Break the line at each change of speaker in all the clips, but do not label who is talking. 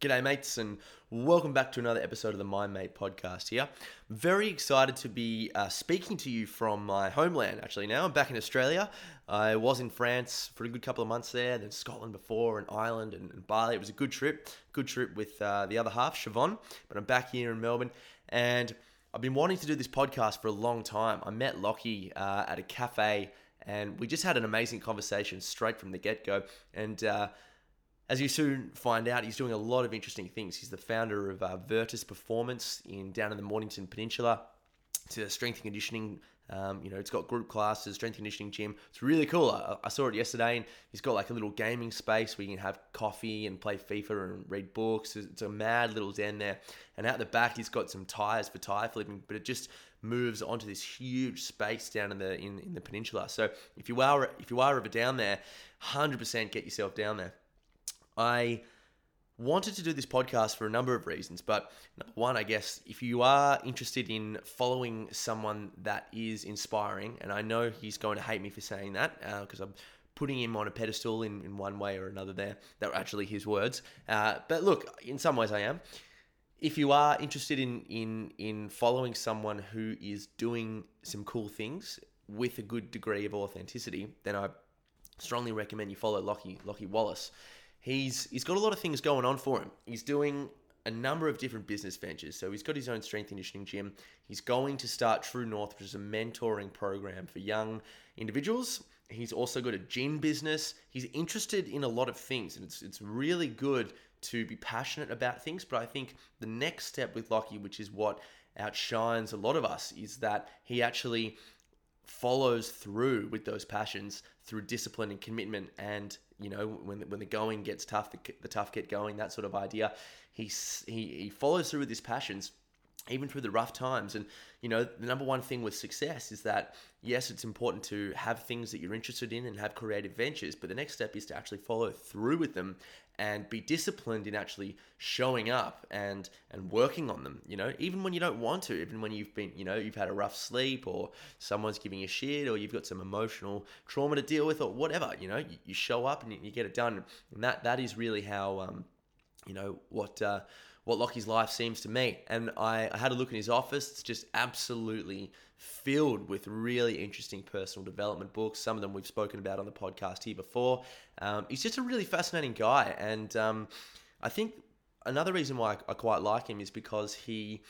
G'day, mates, and welcome back to another episode of the My Mate podcast here. Very excited to be uh, speaking to you from my homeland, actually, now. I'm back in Australia. I was in France for a good couple of months there, then Scotland before, and Ireland and, and Bali. It was a good trip, good trip with uh, the other half, Siobhan, but I'm back here in Melbourne, and I've been wanting to do this podcast for a long time. I met Lockie uh, at a cafe, and we just had an amazing conversation straight from the get go, and uh, as you soon find out, he's doing a lot of interesting things. He's the founder of uh, Virtus Performance in down in the Mornington Peninsula. It's a strength and conditioning. Um, you know, it's got group classes, strength and conditioning gym. It's really cool. I, I saw it yesterday, and he's got like a little gaming space where you can have coffee and play FIFA and read books. It's a mad little den there. And out the back, he's got some tires for tire flipping, but it just moves onto this huge space down in the in, in the peninsula. So if you are if you are ever down there, hundred percent get yourself down there. I wanted to do this podcast for a number of reasons, but number one, I guess, if you are interested in following someone that is inspiring, and I know he's going to hate me for saying that because I'm putting him on a pedestal in, in one way or another there. That were actually his words. Uh, but look, in some ways, I am. If you are interested in, in in following someone who is doing some cool things with a good degree of authenticity, then I strongly recommend you follow Lockie Lockie Wallace he's he's got a lot of things going on for him. He's doing a number of different business ventures. So he's got his own strength conditioning gym. He's going to start True North, which is a mentoring program for young individuals. He's also got a gym business. He's interested in a lot of things, and it's it's really good to be passionate about things. But I think the next step with Lockie, which is what outshines a lot of us, is that he actually follows through with those passions through discipline and commitment and you know when the, when the going gets tough the, the tough get going that sort of idea he, he he follows through with his passions even through the rough times and you know the number one thing with success is that yes it's important to have things that you're interested in and have creative ventures but the next step is to actually follow through with them and be disciplined in actually showing up and and working on them you know even when you don't want to even when you've been you know you've had a rough sleep or someone's giving you shit or you've got some emotional trauma to deal with or whatever you know you, you show up and you, you, get it done and that that is really how um you know what uh what Lockie's life seems to me. And I, I, had a look in his office. It's just absolutely filled with really interesting personal development books. Some of them we've spoken about on the podcast here before. Um, he's just a really fascinating guy. And um, I think another reason why I, I, quite like him is because he.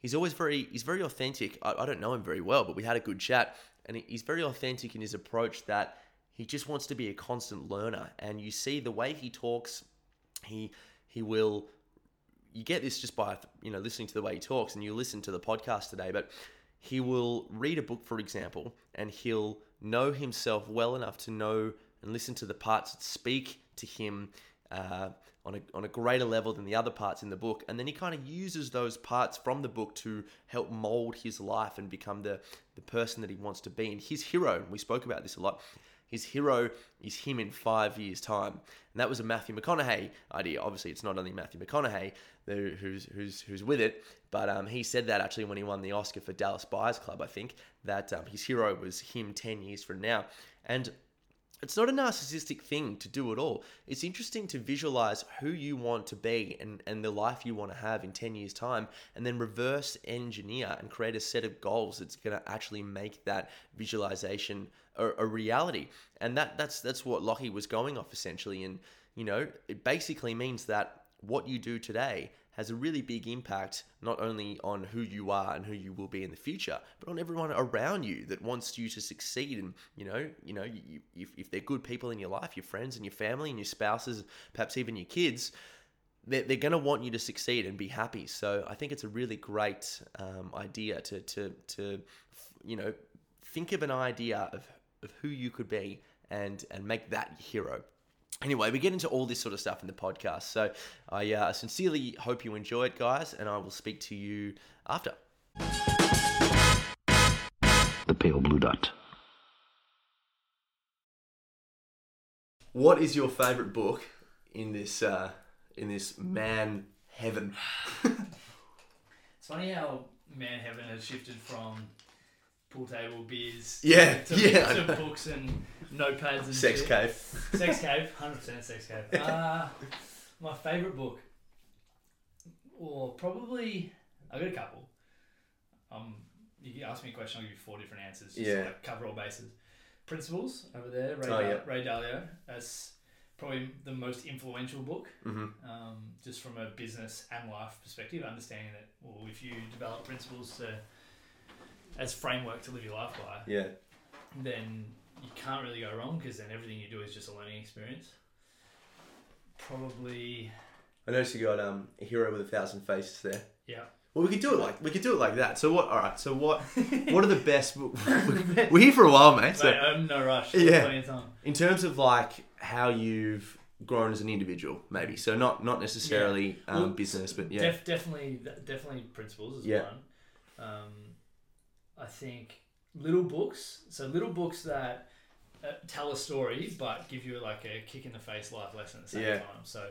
He's always very he's very authentic. I, I don't know him very well, but we had a good chat, and he's very authentic in his approach. That he just wants to be a constant learner, and you see the way he talks. He he will you get this just by you know listening to the way he talks and you listen to the podcast today but he will read a book for example and he'll know himself well enough to know and listen to the parts that speak to him uh, on, a, on a greater level than the other parts in the book and then he kind of uses those parts from the book to help mold his life and become the, the person that he wants to be and his hero we spoke about this a lot his hero is him in five years' time. And that was a Matthew McConaughey idea. Obviously, it's not only Matthew McConaughey who's, who's, who's with it, but um, he said that actually when he won the Oscar for Dallas Buyers Club, I think, that um, his hero was him 10 years from now. And it's not a narcissistic thing to do at all. It's interesting to visualize who you want to be and, and the life you want to have in 10 years' time, and then reverse engineer and create a set of goals that's going to actually make that visualization a, a, reality. And that that's that's what Lockie was going off essentially. And you know, it basically means that what you do today has a really big impact not only on who you are and who you will be in the future, but on everyone around you that wants you to succeed. And you know, you know, you, if, if they're good people in your life, your friends and your family and your spouses, perhaps even your kids, they're, they're going to want you to succeed and be happy. So I think it's a really great um, idea to to to you know think of an idea of of who you could be and and make that your hero anyway, we get into all this sort of stuff in the podcast. So I uh, sincerely hope you enjoy it, guys, and I will speak to you after.
The Pale Blue Dot.
What is your favorite book in this uh, in this man heaven?
it's funny how man heaven has shifted from pool table beers.
Yeah,
to,
yeah.
To books and notepads and
sex
shit.
cave.
Sex cave, hundred percent sex cave. Uh, my favorite book. or probably I got a couple. Um, you ask me a question, I'll give you four different answers. Just
Yeah.
to, like, cover all bases. Principles over there, Ray,
Oh,
Da-
yeah.
Ray Dalio. That's probably the most influential book,
Mm-hmm.
um, just from a business and life perspective. Understanding that, well, if you develop principles to as framework to live your life by,
Yeah.
then you can't really go wrong because then everything you do is just a learning experience. Probably,
I noticed you got um, a hero with a thousand faces there.
yeah.
Well, we could do it like we could do it like that. So what? All right. So what? What are the best? We're here for a while, mate. So
Mate, I'm no rush.
Yeah.
Yeah. Plenty of time.
in terms of like how you've grown as an individual, maybe. So not not necessarily um,
Well,
business, but yeah.
Def- definitely, definitely principles is
Yeah.
one. Um, I think little books. So little books that uh, tell a story but give you like a kick in the face life lesson at the same
Yeah.
time. So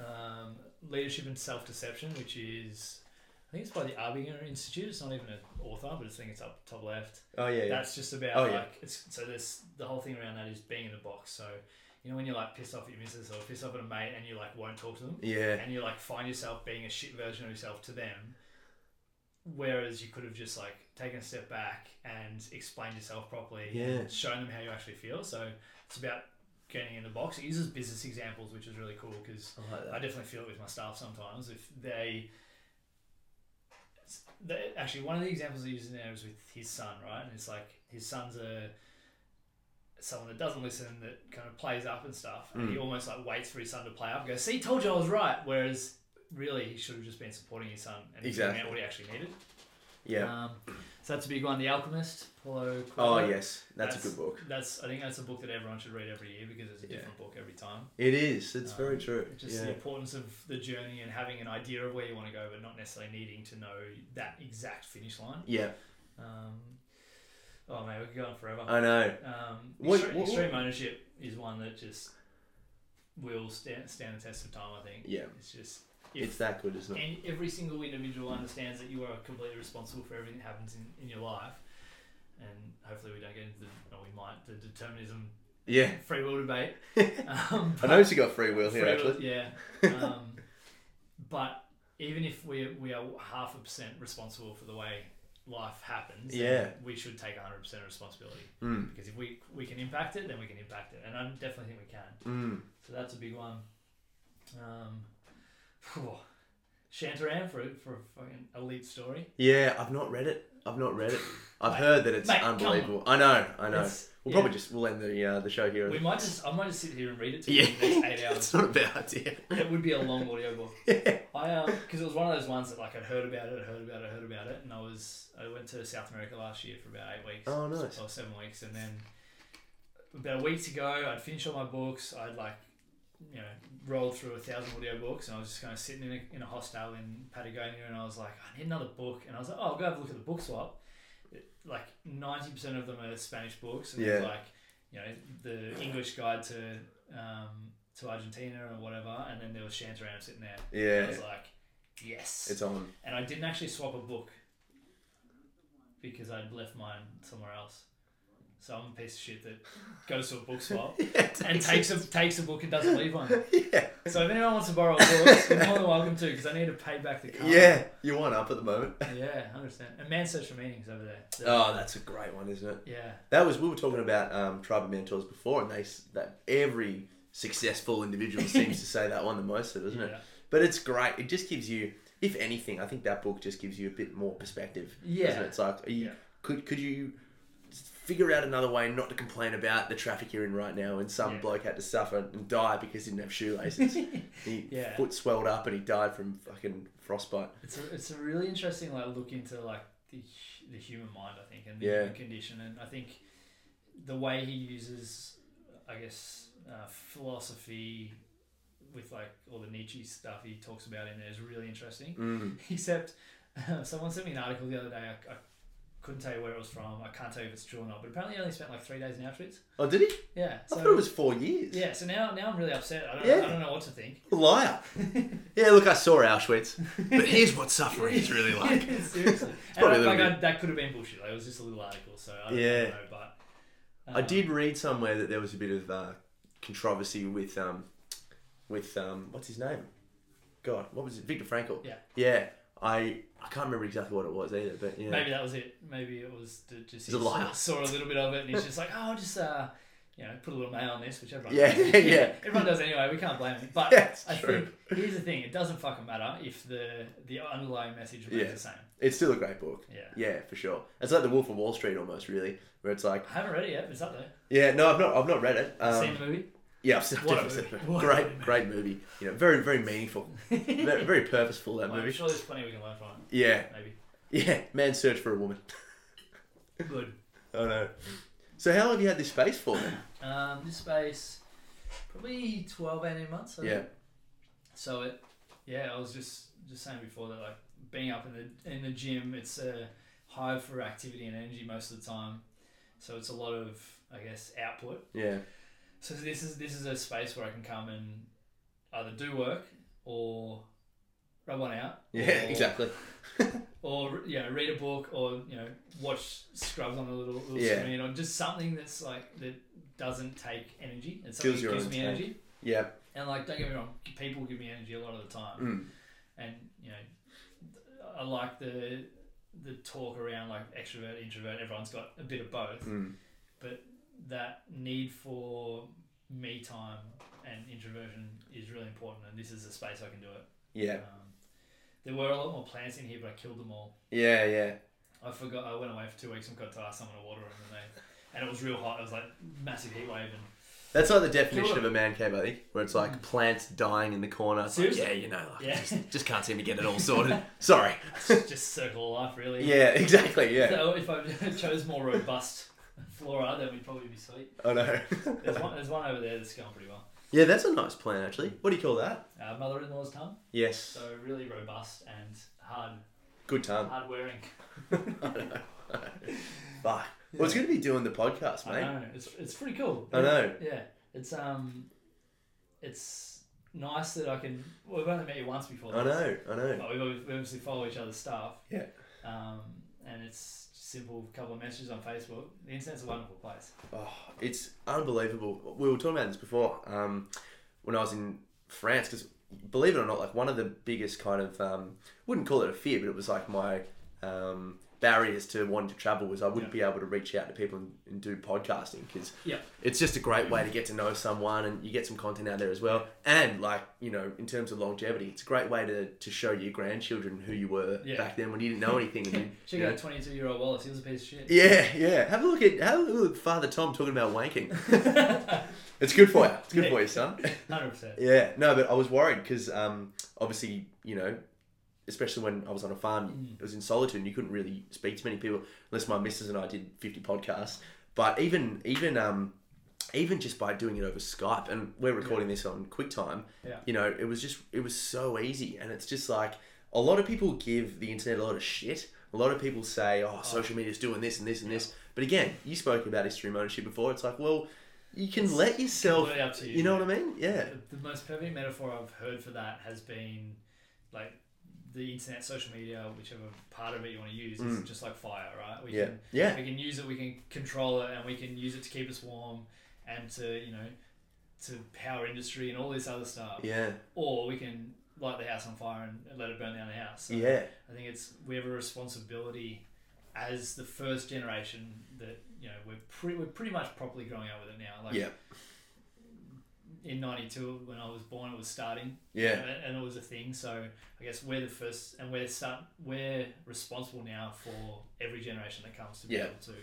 um, leadership and self deception, which is I think it's by the Arbinger Institute. It's not even an author, but I think it's up top left.
oh yeah. yeah.
That's just about
Oh,
like
yeah.
it's, so. There's the whole thing around that is being in the box. So you know when you're like pissed off at your missus or pissed off at a mate and you like won't talk to them
Yeah.
and you like find yourself being a shit version of yourself to them whereas you could have just like taken a step back and explained yourself properly
Yeah.
and shown them how you actually feel so it's about getting in the box it uses business examples which is really cool because
I like
I definitely feel it with my staff sometimes. If they, they actually one of the examples I use in there is with his son, right? And it's like his son's a someone that doesn't listen, that kind of plays up and stuff, and
Mm.
he almost like waits for his son to play up. and Goes, see, told you I was right. Whereas really, he should have just been supporting his son and
Exactly.
figuring out what he actually needed.
Yeah.
Um, so that's a big one. The Alchemist, Paulo.
oh
Coelho.
yes, that's, a good book.
That's I think that's a book that everyone should read every year because it's a
Yeah.
different book every time
It is. It's very
um,
true.
just
yeah.
the importance of the journey and having an idea of where you want to go, but not necessarily needing to know that exact finish line.
yeah.
Um, oh man, we could go on forever.
I know.
um,
Uh, What-
extreme,
what-
extreme ownership is one that just will stand, stand the test of time. I think
Yeah.
it's just
It's that good, isn't it?
and every single individual understands that you are completely responsible for everything that happens in, in your life. And hopefully we don't get into the, well, we might, the determinism
Yeah.
free will debate. Um,
I noticed you got free will here
Free
actually.
will- Yeah. Um, but even if we we are half a percent responsible for the way life happens, then we should take hundred percent responsibility
Mm.
because if we we can impact it, then we can impact it, and I definitely think we can.
Mm.
So that's a big one. Um, phew. Shantaram for for a fucking elite story.
Yeah, I've not read it. I've not read it. I've
Mate,
heard that it's
mate, come on.
unbelievable. I know. I know.
It's-
we'll
yeah.
probably just we'll end the uh, the show here.
we might just I might just sit here and read it to you
yeah.
in the next eight hours.
it's not a bad idea.
It would be a long audiobook. I because it was one of those ones that like I'd heard about it, heard about it, heard about it, and I was I went to South America last year for about eight weeks.
Oh, nice.
Or seven weeks, and then about a week to go, I'd finish all my books. I'd like you know rolled through a thousand audiobooks, and I was just kind of sitting in a, in a hostel in Patagonia, and I was like, I need another book, and I was like, oh, I'll go have a look at the book swap. It- Like ninety percent of them are Spanish books, and there's,
Yeah.
like you know the English guide to. Um, to Argentina or whatever, and then there was Shantaram sitting there. I
Yeah.
was like, yes.
It's on.
and I didn't actually swap a book because I'd left mine somewhere else. So I'm a piece of shit that goes to a book swap and takes a, takes a book and doesn't leave one.
Yeah.
So if anyone wants to borrow a book, you're more than welcome to because I need to pay back the car.
Yeah. You're one up at the moment.
Yeah, 100%. And Man's Search for Meaning's over there.
Oh, that's a great one, isn't it?
Yeah.
That was we were talking about um, tribe of mentors before, and they s- that every successful individual seems to say that one the most, doesn't it?
Yeah.
But it's great. It just gives you, if anything, I think that book just gives you a bit more perspective.
Yeah.
doesn't it? it's like are you,
Yeah.
could could you figure out another way not to complain about the traffic you're in right now, and some
Yeah.
bloke had to suffer and die because he didn't have shoelaces. he
Yeah.
foot swelled up and he died from fucking frostbite.
It's a, it's a really interesting like look into like the hu- the human mind, I think, and the
Yeah.
human condition, and I think the way he uses, I guess, uh, philosophy with like all the Nietzsche stuff he talks about in there is really interesting.
Mm.
Except uh, someone sent me an article the other day. I, I couldn't tell you where it was from. I can't tell you if it's true or not. But apparently, he only spent like three days in Auschwitz.
Oh, did he?
Yeah.
I
So
thought it was four years.
yeah. So now now I'm really upset. I don't
Yeah.
I don't know what to think.
Liar. yeah, look, I saw Auschwitz, but here's what suffering is really like.
Seriously. and
probably
I,
a little
like, I, that could have been bullshit. Like, it was just a little article, so I don't
Yeah.
know. But
I
um,
did read somewhere that there was a bit of uh, controversy with um, with um, what's his name, God, what was it? Victor Frankl.
Yeah.
Yeah. I I can't remember exactly what it was either, but yeah.
Maybe that was it. Maybe it was the, just he
He's a liar.
saw, saw a little bit of it, and he's just like, "Oh, just uh, you know, put a little mail on this, which everyone
Yeah,
does.
yeah, yeah.
everyone does anyway. We can't blame him." But
Yeah, it's
I
true.
think here's the thing: it doesn't fucking matter if the the underlying message remains
Yeah.
the same.
It's still a great book.
Yeah.
Yeah, for sure. It's like The Wolf of Wall Street almost, really, where it's like,
I haven't read it yet. But it's up there.
yeah, no, I've not, I've not read it. Um,
Seen the movie?
yeah, I've definitely
What a
seen
movie.
it.
What a
Great,
movie.
great movie. You know, very, very meaningful, very, very purposeful that
Well, I'm
movie.
sure there's plenty we can learn from it.
Yeah,
Maybe.
yeah. Man's search for a woman.
Good.
Oh no. So how long have you had this space for? Then?
Um, this space, probably 12, 18 months. I think.
Yeah.
So it, yeah, I was just just saying before that like being up in the in the gym, it's a hive for activity and energy most of the time. So it's a lot of I guess output.
Yeah.
So this is this is a space where I can come and either do work or rub one out.
Yeah.
or-
Exactly.
Or you know, read a book, or you know, watch Scrubs on a little, little
Yeah.
screen, or just something that's like that doesn't take energy. It's something
Fills
that
your
gives
own
me
tank.
energy.
Yeah.
And like, don't get me wrong, people give me energy a lot of the time,
Mm.
and you know, I like the the talk around like extrovert, introvert. Everyone's got a bit of both,
Mm.
but that need for me time and introversion is really important. And this is a space I can do it.
Yeah.
Um, there were a lot more plants in here, but I killed them all.
Yeah. Yeah.
I forgot. I went away for two weeks and got to ask someone to water them, and they and it was real hot. It was like massive heat wave, and
That's like the definition
Sure.
of a man cave, I think, where it's like plants dying in the corner. It's like,
Mm. Seriously?
yeah, you know, like,
Yeah.
just, just can't seem to get it all sorted. Sorry.
just circle of life really.
Yeah, exactly. Yeah.
So if I chose more robust flora, then we'd probably be sweet.
I know.
There's one, there's one over there that's going pretty well.
yeah, that's a nice plant, actually. What do you call that?
Uh, mother-in-law's tongue,
Yes.
so really robust and hard,
Good time.
hard wearing.
Fuck. Well, it's good to be doing the podcast,
I
mate.
know it's it's pretty cool.
I know.
Yeah, it's um, it's nice that I can. Well, we've only met you once before.
I know. I know.
But we obvi- we obviously follow each other's stuff.
Yeah.
Um, and it's simple couple of messages on Facebook. The internet's a wonderful place.
Oh, it's unbelievable. We were talking about this before um, when I was in France because, believe it or not, like one of the biggest kind of um, wouldn't call it a fear, but it was like my um, barriers to wanting to travel was I wouldn't be able to reach out to people and, and do podcasting because
Yeah.
it's just a great way to get to know someone and you get some content out there as well. And like you know, in terms of longevity, it's a great way to, to show your grandchildren who you were
Yeah.
back then when you didn't know anything. And you,
Check
you know,
out twenty-two-year-old Wallace. He was a piece of shit.
yeah, yeah. Have a look at have a look at Father Tom talking about wanking. it's good for you. It's good for you, son.
Hundred percent.
Yeah. No, but I was worried because um, obviously you know, especially when I was on a farm,
Mm.
it was in solitude. and You couldn't really speak to many people unless my missus and I did fifty podcasts. But even even um, even just by doing it over Skype, and we're recording this on QuickTime.
Yeah.
You know, it was just it was so easy, and it's just like a lot of people give the internet a lot of shit. A lot of people say, "Oh, social media's doing this and this and this." But again, you spoke about extreme ownership before. It's like, well, you can let yourself.
completely up to you,
You know
yeah.
what I mean? Yeah.
The most perfect metaphor I've heard for that has been like the internet, social media, whichever part of it you want to use, is just like fire, right? We
Mm. Yeah.
Can,
Yeah.
We can use it, we can control it, and we can use it to keep us warm and to, you know, to power industry and all this other stuff.
Yeah.
Or we can light the house on fire and, and let it burn down the house. So
Yeah.
I think it's we have a responsibility as the first generation that you know we're pretty we're pretty much properly growing up with it now. Like
Yeah.
in '92 when I was born, it was starting.
Yeah.
and- and it was a thing. So I guess we're the first, and we're start we're responsible now for every generation that comes to be
Yeah.
able to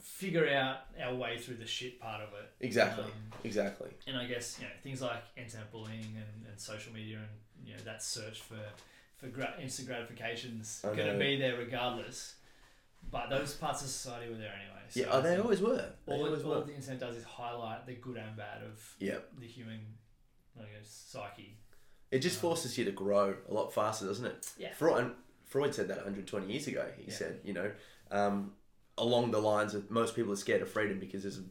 figure out our way through the shit part of it.
Exactly.
Um,
exactly.
and I guess you know things like internet bullying and, and social media and you know that search for for gra- instant gratifications
I
going
know.
to be there regardless. But those parts of society were there anyway. So
Yeah. Oh,
I
they
think
always were. They
all,
always
all
were.
the internet does is highlight the good and bad of
Yeah.
the human I guess, psyche.
It just forces you to grow a lot faster, doesn't it?
Yeah.
Freud, and Freud said that 120 years ago. He
Yeah.
said, you know, um, along the lines of most people are scared of freedom because there's a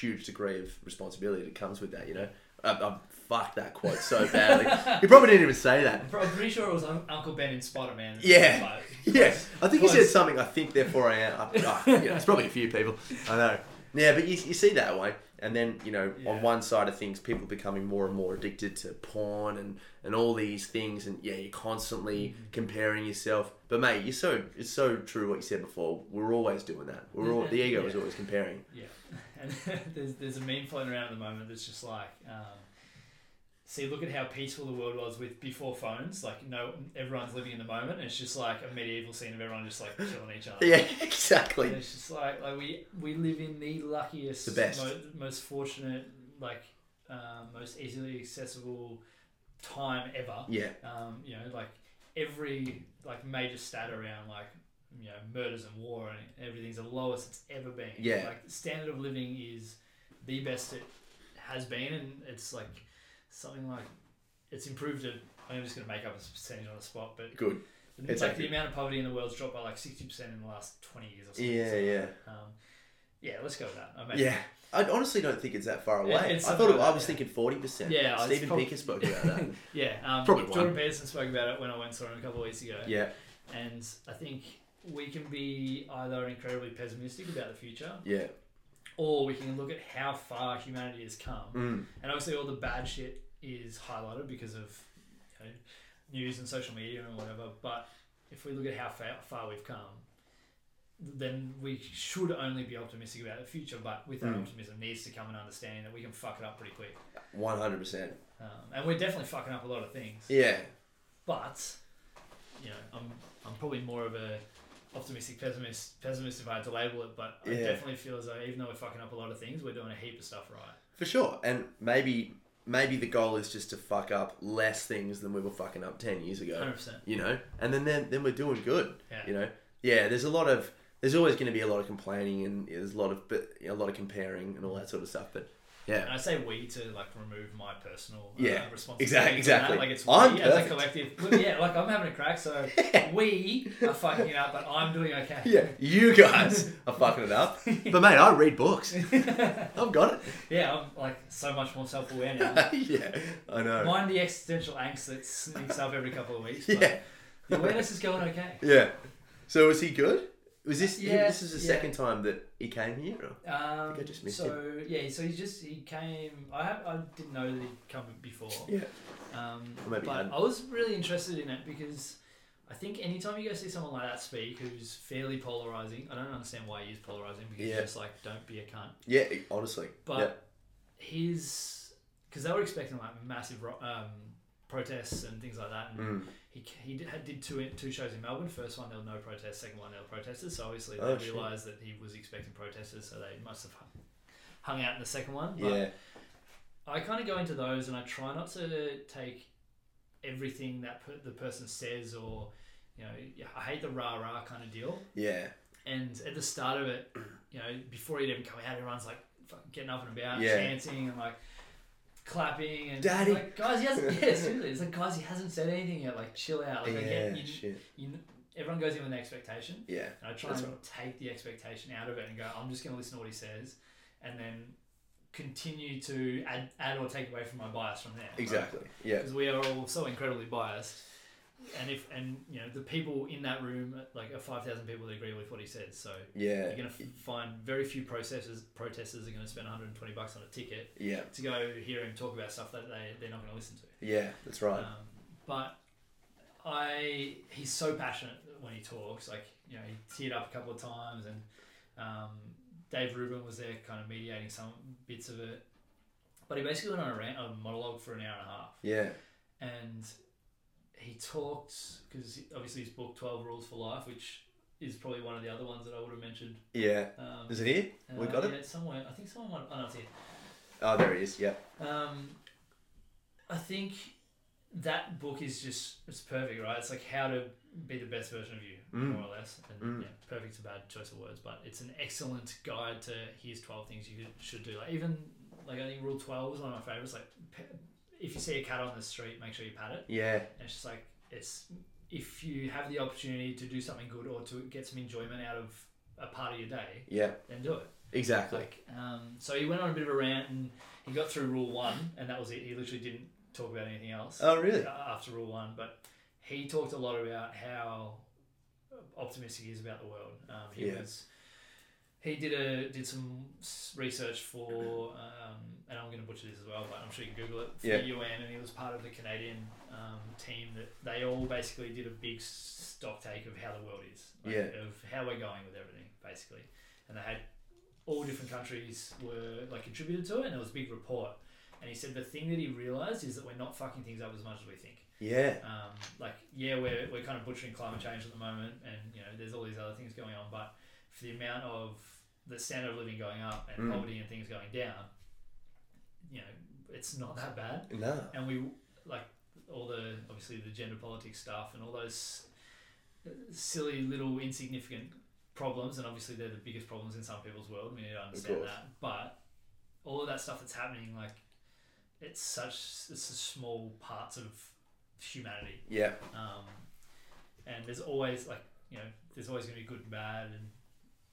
huge degree of responsibility that comes with that, you know. I, I fucked that quote so badly. he probably didn't even say that.
I'm pretty sure it was Un- Uncle Ben in Spider Man.
Yeah. Yes, I think he said
Close.
something. I think therefore I am. I, I, you know, it's probably a few people. I know. Yeah, but you, you see that way, And then, you know,
Yeah.
on one side of things, people becoming more and more addicted to porn and, and all these things. And yeah, you're constantly
Mm-hmm.
comparing yourself. But mate, you're so, it's so true what you said before. We're always doing that. We're all, the ego is
Mm-hmm. Yeah.
always comparing.
Yeah, and there's there's a meme floating around at the moment that's just like, um, see, look at how peaceful the world was with before phones. Like, no, everyone's living in the moment. And it's just like a medieval scene of everyone just like killing each other.
Yeah,
And
exactly.
it's just like like we we live in the luckiest,
The best.
mo- most fortunate, like um, most easily accessible time ever.
Yeah.
Um, you know, like every like major stat around like you know murders and war and everything's the lowest it's ever been.
Yeah.
like the standard of living is the best it has been, and it's like something like it's improved. At, I'm just gonna make up a percentage on the spot, but
Good.
it's like
Exactly.
the amount of poverty in the world's dropped by like sixty percent in the last twenty years or something.
Yeah,
So,
yeah.
Um, yeah, let's go with that. I mean,
Yeah. I honestly don't think it's that far away.
it's
I thought it,
something
I
like
was
that,
thinking 40%.
Yeah, it's
Stephen
prob-
Pinker spoke about that.
yeah. Um,
Probably
Jordan
one.
Peterson spoke about it when I went and saw him a couple of weeks ago.
yeah.
And I think we can be either incredibly pessimistic about the future
Yeah.
or we can look at how far humanity has come.
Mm.
And obviously, all the bad shit is highlighted because of you know, news and social media and whatever. But if we look at how far, far we've come, then we should only be optimistic about the future. But with that
Mm.
optimism needs to come an understanding that we can fuck it up pretty quick.
100%.
Um, and we're definitely fucking up a lot of things.
Yeah.
But you know, I'm I'm probably more of a optimistic pessimist pessimist if I had to label it. But I
Yeah.
definitely feel as though even though we're fucking up a lot of things, we're doing a heap of stuff right.
For sure. And maybe maybe the goal is just to fuck up less things than we were fucking up 10 years ago.
Hundred percent.
You know? And then then, then we're doing good.
Yeah.
You know? Yeah, there's a lot of there's always going to be a lot of complaining and there's a lot of but a lot of comparing and all that sort of stuff, but
And
yeah.
I say we to like remove my personal uh,
Yeah.
responsibility.
Exact-
for
exactly.
That. Like it's we
I'm
as a
perfect.
collective. Well, yeah, like I'm having a crack, so we are fucking it up, but I'm doing okay.
Yeah, you guys are fucking it up. But mate, I read books. I've got it.
Yeah, I'm like so much more self aware now.
yeah, I know.
Mind the existential angst that sneaks up every couple of weeks. But
yeah,
The awareness is going okay.
yeah. So was he good? Was this?
Yeah,
this is the
yeah.
second time that he came here. Or?
Um,
think I just missed
so yeah, so he just he came. I have, I didn't know that he'd come before.
Yeah.
Um,
Or maybe you
but
hadn't.
I was really interested in it because I think anytime you go see someone like that speak who's fairly polarizing, I don't understand why he is polarizing because
Yeah.
he's just like don't be a cunt.
Yeah, honestly. yeah.
But his because they were expecting like massive ro- um, protests and things like that. And
Mm.
he, he did, had, did two two shows in Melbourne. First one there were no protests. Second one there were protesters. So obviously they
Oh, shit.
realised that he was expecting protesters, so they must have hung, hung out in the second one. But
Yeah.
I kind of go into those and I try not to take everything that per, the person says or you know yeah, I hate the rah rah kind of deal.
Yeah.
And at the start of it, you know, before he'd even come out, everyone's like fucking getting up and about,
Yeah.
chanting and like clapping and
Daddy.
like guys, he hasn't. Yeah, seriously, it's like guys, he hasn't said anything yet. Like chill out. Like I
Yeah.
get you,
Shit.
you kn- everyone goes in with an expectation,
Yeah.
and I try
That's
and take the expectation out of it and go, I'm just going to listen to what he says, and then continue to add, add or take away from my bias from there.
Exactly. Yeah.
Because we are all so incredibly biased, and if and you know the people in that room, like are five thousand people that agree with what he says, so.
Yeah.
You're going to find very few processors, protesters are going to spend 120 bucks on a ticket
Yeah.
to go hear him talk about stuff that they, they're not going to listen to.
Yeah. That's right.
Um, but I, he's so passionate when he talks. Like you know, he teared up a couple of times, and um, Dave Rubin was there, kind of mediating some bits of it. But he basically went on a rant, a monologue for an hour and a half,
yeah.
and he talked because obviously his book Twelve Rules for Life, which is probably one of the other ones that I would have mentioned.
Yeah.
Um,
Is it here? We
uh,
got it.
yeah, somewhere. I think someone might. Oh, no, it's here.
Oh, there he is. Yeah.
Um, I think that book is just it's perfect, right? It's like how to be the best version of you,
Mm.
more or less. And
Mm.
yeah, perfect's a bad choice of words, but it's an excellent guide to here's twelve things you could- should do. Like even like I think rule twelve is one of my favorites. Like pe- if you see a cat on the street, make sure you pat it.
Yeah.
And it's just like it's if you have the opportunity to do something good or to get some enjoyment out of a part of your day,
Yeah.
then do it.
Exactly.
Like, um, so he went on a bit of a rant and he got through rule one, and that was it. He literally didn't talk about anything else
Oh, really?
a- after rule one. But he talked a lot about how optimistic he is about the world. Um, he
Yeah.
was he did a did some s- research for, um, and I'm going to butcher this as well, but I'm sure you can Google it for
Yeah.
the UN, and he was part of the Canadian um, team that they all basically did a big s- stock take of how the world is,
Yeah.
of how we're going with everything, basically, and they had all different countries were like contributed to it, and it was a big report. And he said the thing that he realized is that we're not fucking things up as much as we think
Yeah.
um, like yeah we're, we're kind of butchering climate change at the moment and you know there's all these other things going on but for the amount of the standard of living going up and
Mm.
poverty and things going down you know it's not that bad
No.
and we like all the obviously the gender politics stuff and all those uh, silly little insignificant problems and obviously they're the biggest problems in some people's world we need to understand
course.
that but all of that stuff that's happening like it's such it's such small parts of humanity
Yeah.
um, and there's always like you know there's always going to be good and bad and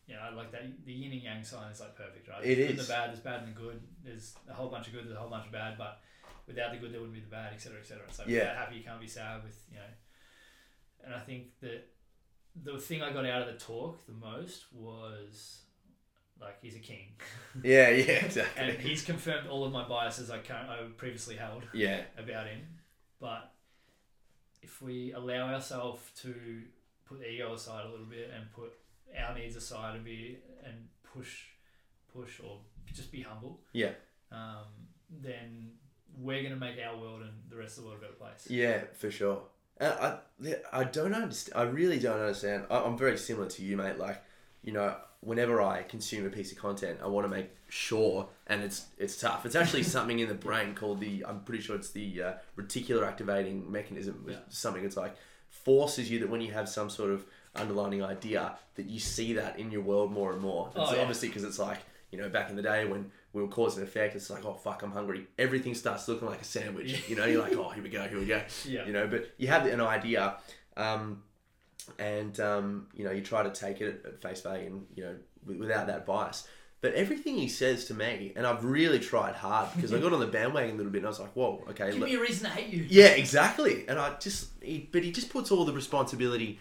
you know like that the yin and yang sign is like perfect right
It
there's good
is.
and the bad there's bad and the good there's a whole bunch of good there's a whole bunch of bad but without the good there wouldn't be the bad etc etc so
Yeah.
without happy you can't be sad with you know and I think that the thing I got out of the talk the most was like he's a king
Yeah. Yeah.
and
Exactly.
he's confirmed all of my biases I, current, I previously held
Yeah.
about him. But if we allow ourselves to put ego aside a little bit and put our needs aside a bit and push, push, or just be humble,
Yeah.
um, then we're going to make our world and the rest of the world a better place.
Yeah, for sure. And I, yeah, I don't understand. I really don't understand. I, I'm very similar to you, mate. Like, you know, whenever I consume a piece of content, I want to make sure, and it's it's tough. It's actually something in the brain called the. I'm pretty sure it's the uh, reticular activating mechanism. Or
Yeah.
Something. It's like forces you that when you have some sort of underlining idea, that you see that in your world more and more.
Oh,
It's
yeah.
obviously because it's like. You know, back in the day when we were cause and effect, it's like, oh fuck, I'm hungry. Everything starts looking like a sandwich.
Yeah.
You know, you're like, oh, here we go, here we go
Yeah.
you know but you have an idea um, and um, you know you try to take it at face value and you know w- without that bias but everything he says to me and i've really tried hard because i got on the bandwagon a little bit and i was like whoa okay
Give
le-
me a reason to hate you.
yeah exactly and i just he, but he just puts all the responsibility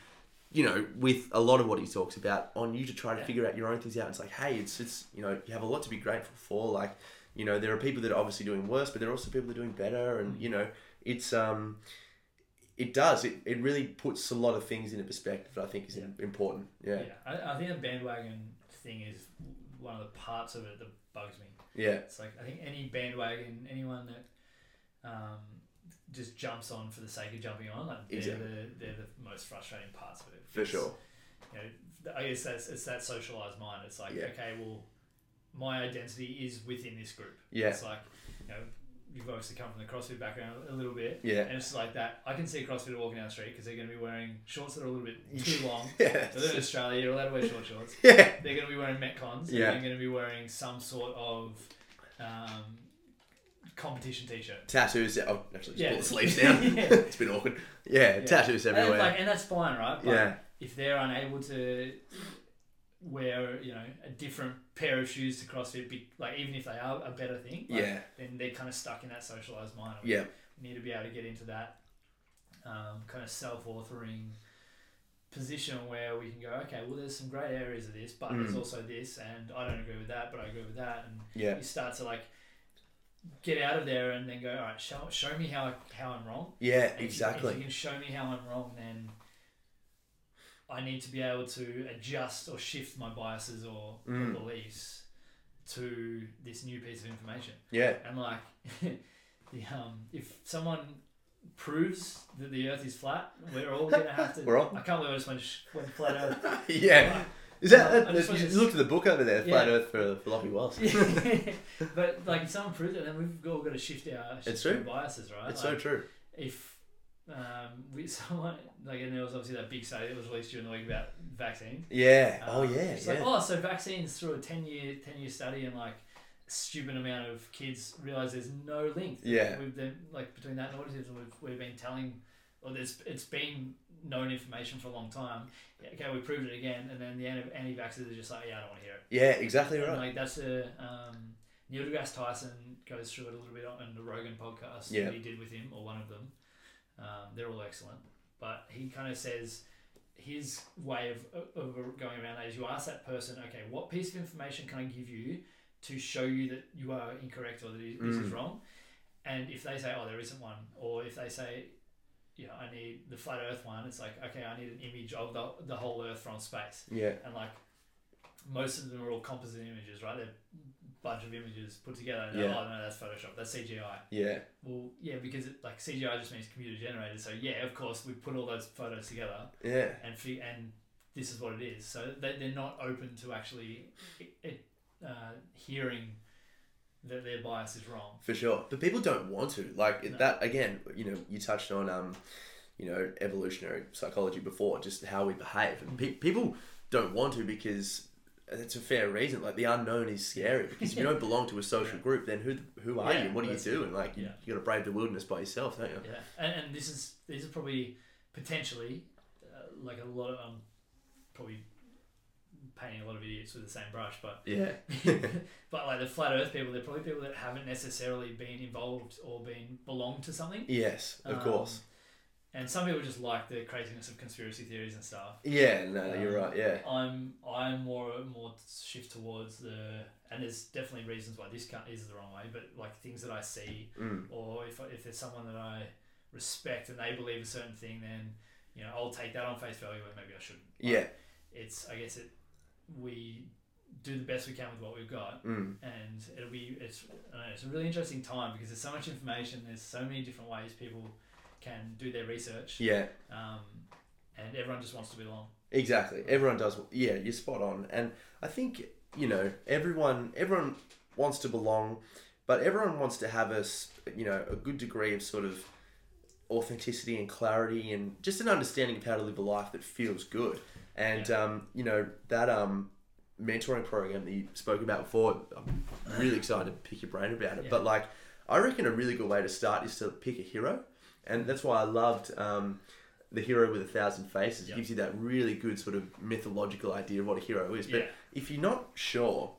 you know with a lot of what he talks about on you to try to
Yeah.
figure out your own things out it's like hey it's it's you know you have a lot to be grateful for like you know there are people that are obviously doing worse but there are also people that are doing better
Mm.
and you know it's um it does. It, it really puts a lot of things into perspective that I think is im- important. Yeah.
Yeah, I, I think the bandwagon thing is one of the parts of it that bugs me.
Yeah.
It's like I think any bandwagon, anyone that um, just jumps on for the sake of jumping on, like they're,
Exactly.
the, they're the most frustrating parts of it.
For
It's,
sure.
You know, I guess that's it's that socialized mind. It's like
Yeah.
okay, well, my identity is within this group.
Yeah.
It's like you know, you've obviously come from the CrossFit background a little bit.
Yeah.
And it's like that. I can see a CrossFitter walking down the street because they're going to be wearing shorts that are a little bit too long.
Yeah.
They live in Australia. You're allowed to wear short shorts
Yeah.
they're going to be wearing metcons.
Yeah.
And they're going to be wearing some sort of um, competition T-shirt.
Tattoos. Oh, actually, just
Yeah.
pull the sleeves down.
Yeah.
it's been awkward. Yeah,
Yeah.
Tattoos
And,
everywhere.
like, and that's fine, right? But
Yeah.
If they're unable to wear, you know, a different pair of shoes to CrossFit, be, like even if they are a better thing, like,
Yeah.
then they're kind of stuck in that socialized mind.
yeah.
need to be able to get into that um, kind of self-authoring position where we can go, okay, well, there's some great areas of this, but there's
Mm.
also this, and I don't agree with that, but I agree with that, and
Yeah.
you start to like get out of there and then go, all right, show, show me how I, how I'm wrong.
Yeah.
And if you- If you,
Exactly.
can show me how I'm wrong, then I need to be able to adjust or shift my biases or, or
Mm.
beliefs to this new piece of information.
Yeah.
And like, the, um, if someone proves that the Earth is flat, we're all gonna have to.
We're all-
I can't believe I just went, sh- went flat Earth.
Yeah. Is
Um,
that,
I
that,
just
you
wanted to-
look at the book over there,
Yeah.
Flat Earth for, for Lockie Wells.
but like, if someone proves it, then we've all got to shift our, shift
It's
our
true.
biases, right?
It's
like,
so true.
if um, we someone like and there was obviously that big study that was released during the week about vaccines.
Yeah.
Um,
Oh, yeah.
It's like
Yeah.
oh, so vaccines through a ten year ten year study and like stupid amount of kids realize there's no link.
Yeah.
We've been, like between that and autism, we've we've been telling, or there's it's been known information for a long time. Yeah, okay, we proved it again, and then the anti anti vaxxers are just like, yeah, I don't want to hear it.
Yeah. Exactly
And,
right.
Like that's a um, Neil deGrasse Tyson goes through it a little bit on the Rogan podcast
Yeah.
that he did with him or one of them. Um, they're all excellent, but he kind of says his way of, of going around that is you ask that person, okay, what piece of information can I give you to show you that you are incorrect or that this
Mm.
is wrong? And if they say, oh, there isn't one, or if they say, you know, I need the flat Earth one, it's like, okay, I need an image of the, the whole Earth from space.
Yeah.
And like, most of them are all composite images, right? They're a bunch of images put together. And
Yeah.
Oh, no, that's Photoshop. That's CGI.
Yeah.
Well, yeah, because it, like CGI just means computer generated. So yeah, of course, we put all those photos together
Yeah.
and fi- and this is what it is. So they, they're not open to actually it, uh, hearing that their bias is wrong.
For sure, but people don't want to. Like it
No.
that again. You know, you touched on um, you know, evolutionary psychology before, just how we behave, and
Mm-hmm.
pe- people don't want to because it's a fair reason. Like the unknown is scary because if you don't belong to a social group, then who who are
Yeah,
you? What do you
that's
do? And like you,
Yeah.
you got to brave the wilderness by yourself, don't you?
Yeah, and, and this is these are probably potentially uh, like a lot of um, probably painting a lot of idiots with the same brush, but
Yeah,
but like the flat Earth people, they're probably people that haven't necessarily been involved or been belonged to something.
yes, of
Um,
course.
And some people just like the craziness of conspiracy theories and stuff.
Yeah, no, you're
um,
right. Yeah,
I'm I'm more more shift towards the and there's definitely reasons why this can is the wrong way, but like things that I see
Mm.
or if if there's someone that I respect and they believe a certain thing, then you know I'll take that on face value, and maybe I shouldn't. Like,
yeah,
it's I guess it we do the best we can with what we've got,
mm.
and it'll be it's I don't know, it's a really interesting time because there's so much information, there's so many different ways people can do their research,
yeah.
um, and everyone just wants to belong.
Exactly. Everyone does. Yeah, you're spot on. And I think you know everyone. Everyone wants to belong, but everyone wants to have a s- you know a good degree of sort of authenticity and clarity and just an understanding of how to live a life that feels good. And um, you know that um, mentoring program that you spoke about before. I'm really excited to pick your brain about it. But like, I reckon a really good way to start is to pick a hero, and that's why I loved. Um, the hero with a thousand faces gives you that really good sort of mythological idea of what a hero is. But
Yeah.
if you're not sure,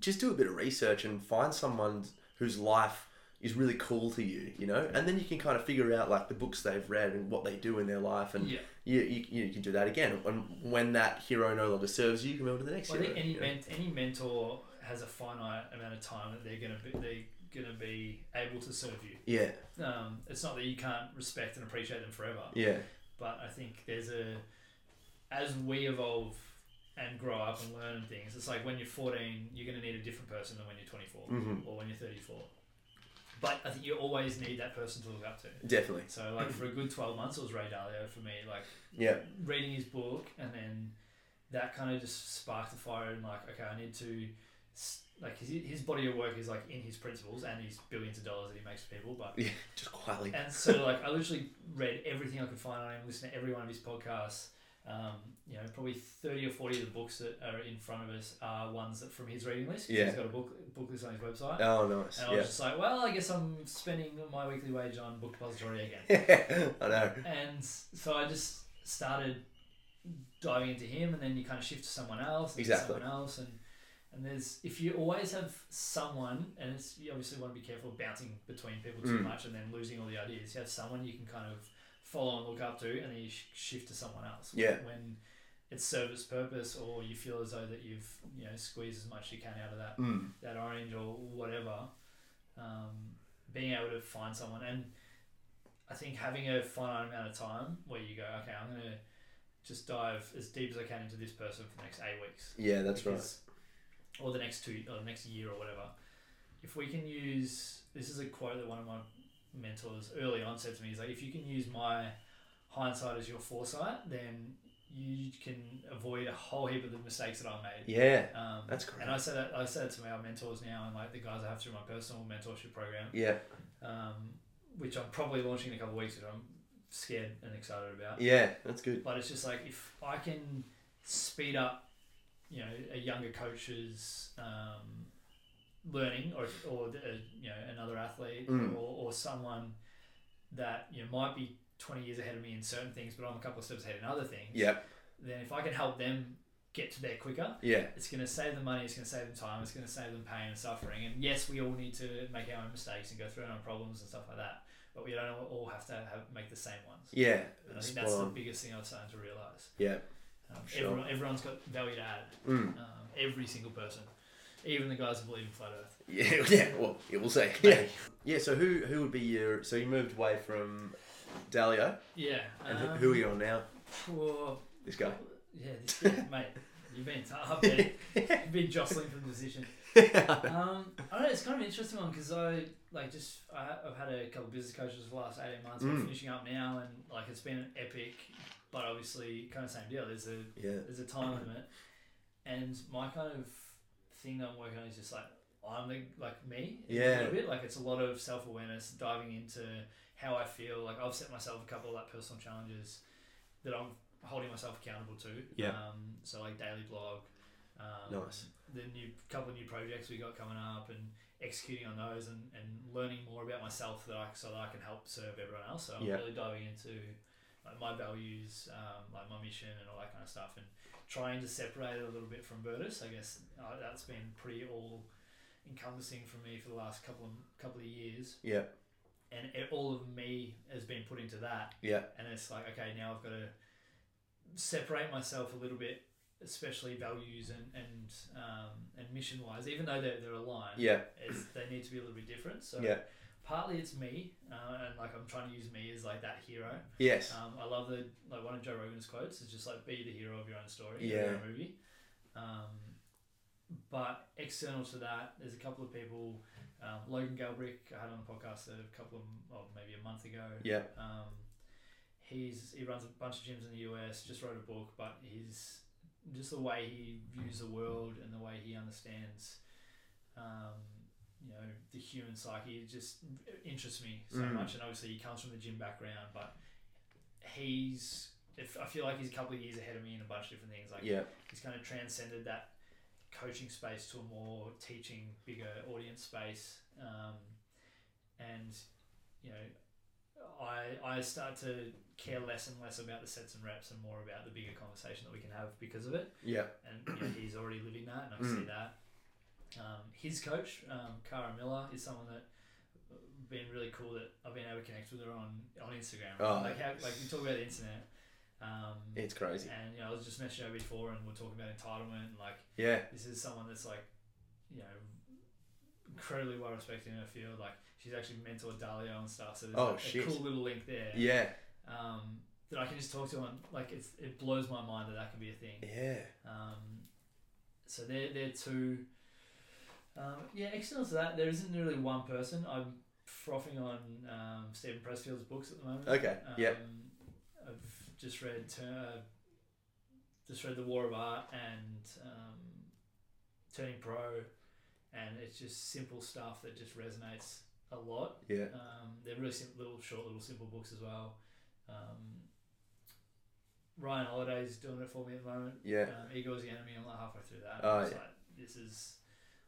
just do a bit of research and find someone whose life is really cool to you, you know, and then you can kind of figure out like the books they've read and what they do in their life, and
Yeah.
you, you, you can do that again. And when that hero no longer serves you, you can move on to the next
Well, I
hero.
think any
you know?
ment- any mentor has a finite amount of time that they're gonna be they're gonna be able to serve you.
yeah,
Um, it's not that you can't respect and appreciate them forever,
yeah,
but I think there's a as we evolve and grow up and learn and things. It's like when you're 14, you're gonna need a different person than when you're 24
Mm-hmm.
or when you're 34. But I think you always need that person to look up to.
definitely.
So like for a good 12 months, it was Ray Dalio for me. Like
Yeah,
reading his book and then that kind of just sparked the fire and like okay i need to s- like his, his body of work is like in his principles and his billions of dollars that he makes for people but
yeah, just quietly.
and so like i literally read everything i could find on him listened to every one of his podcasts um, you know probably 30 or 40 of the books that are in front of us are ones that from his reading list 'cause
Yeah.
he's got a book book list on his website
Oh, nice.
and i was just like well i guess i'm spending my weekly wage on book depository again
Yeah, I know.
and so I just started diving into him, and then you kind of shift to someone else, and to
Exactly.
someone else, and and there's if you always have someone, and it's, you obviously want to be careful of bouncing between people too
Mm.
much, and then losing all the ideas. You have someone you can kind of follow and look up to, and then you sh- shift to someone else.
Yeah.
when it's served its purpose, or you feel as though that you've you know squeezed as much as you can out of that
Mm.
that orange or whatever, um, being able to find someone. And I think having a finite amount of time where you go, okay, I'm going to just dive as deep as I can into this person for the next eight weeks.
Yeah, that's right.
Because- Or the next two, or the next year, or whatever. If we can use, this is a quote that one of my mentors early on said to me, he's like, if you can use my hindsight as your foresight, then you can avoid a whole heap of the mistakes that I made.
Yeah,
Um,
That's correct.
And I said that I said it to my mentors now and like the guys I have through my personal mentorship program,
yeah,
um, which I'm probably launching in a couple of weeks, which I'm scared and excited about.
yeah. That's good.
But it's just like if I can speed up, you know, a younger coach's um, learning, or or the, uh, you know another athlete,
Mm.
or, or someone that you know might be 20 years ahead of me in certain things, but I'm a couple of steps ahead in other things.
Yeah,
Then if I can help them get to there quicker
yeah,
it's going to save them money, it's going to save them time, it's going to save them pain and suffering. And yes, we all need to make our own mistakes and go through our own problems and stuff like that. but we don't all have to have make the same ones.
Yeah.
And I think
Spot
that's the
on.
biggest thing I've started to realize.
Yeah.
Um,
Sure.
everyone, everyone's got value to add.
Mm.
Um, every single person, even the guys who believe in flat Earth.
Yeah. Yeah. Well, yeah, we'll see. Yeah. Yeah. So who who would be your? So you moved away from Dalio,
Yeah.
and who
um,
who are you on now?
for-
This guy.
yeah, this, yeah, mate. You've been tough. man. You've been jostling for the decision. Um, I don't know. It's kind of an interesting one because I like just I, I've had a couple of business coaches for the last eighteen months. I'm
Mm.
finishing up now, and like it's been epic, but obviously kind of same deal. There's a
yeah.
there's a time limit, and my kind of thing that I'm working on is just like I'm the, like me. in
Yeah.
A little bit like it's a lot of self awareness, diving into how I feel. Like I've set myself a couple of like personal challenges that I'm holding myself accountable to.
Yeah.
Um, so like daily blog. Um,
Nice.
The new couple of new projects we got coming up and executing on those and, and learning more about myself that I, so that I can help serve everyone else. So I'm
Yeah.
really diving into like my values, um, like my mission and all that kind of stuff, and trying to separate it a little bit from Virtus. I guess uh, that's been pretty all encompassing for me for the last couple of couple of years,
Yeah.
and it, all of me has been put into that.
Yeah.
And it's like, okay, now I've got to separate myself a little bit, especially values and and um, and mission wise, even though they're they're aligned.
Yeah.
It's, they need to be a little bit different. So
Yeah.
partly it's me, uh, and like I'm trying to use me as like that hero.
Yes.
Um, I love the like one of Joe Rogan's quotes is just like be the hero of your own story,
Yeah.
yeah, your own movie. Um, but external to that, there's a couple of people. Um, Logan Galbrick, I had on the podcast a couple of oh, maybe a month ago.
Yeah.
Um, he's he runs a bunch of gyms in the US. Just wrote a book, but he's just the way he views the world and the way he understands, um, you know, the human psyche. It just interests me so
Mm.
much. And obviously, he comes from the gym background, but he's. If, I feel like he's a couple of years ahead of me in a bunch of different things. Like
Yeah.
he's kind of transcended that coaching space to a more teaching, bigger audience space. Um, and, you know, I, I start to care less and less about the sets and reps and more about the bigger conversation that we can have because of it.
Yeah.
And you know, he's already living that, and I
Mm.
see that. Um, his coach, um, Cara Miller, is someone that uh, been really cool that I've been able to connect with her on, on Instagram.
Oh.
right? Like, how, like we talk about the internet. Um,
It's crazy.
and you know, I was just mentioning her before, and we're talking about entitlement. And like,
Yeah.
this is someone that's like, you know, incredibly well respected in her field. Like, she's actually mentored Dalio and stuff. So there's
Oh,
like,
shit.
a cool little link there.
Yeah.
Um, that I can just talk to and like it's it blows my mind that that can be a thing.
Yeah.
Um, so they're they're two. Um, yeah, external to that, there isn't really one person. I'm frothing on um, Stephen Pressfield's books at the moment.
Okay.
Um,
Yeah.
I've just read Tur- just read The War of Art and um, Turning Pro, and it's just simple stuff that just resonates a lot.
Yeah.
Um, they're really sim- little, short, little, simple books as well. Um, Ryan Holiday's doing it for me at the moment.
Yeah.
Um, Ego's the enemy. I'm like halfway through that.
Oh,
I was
yeah.
like, this is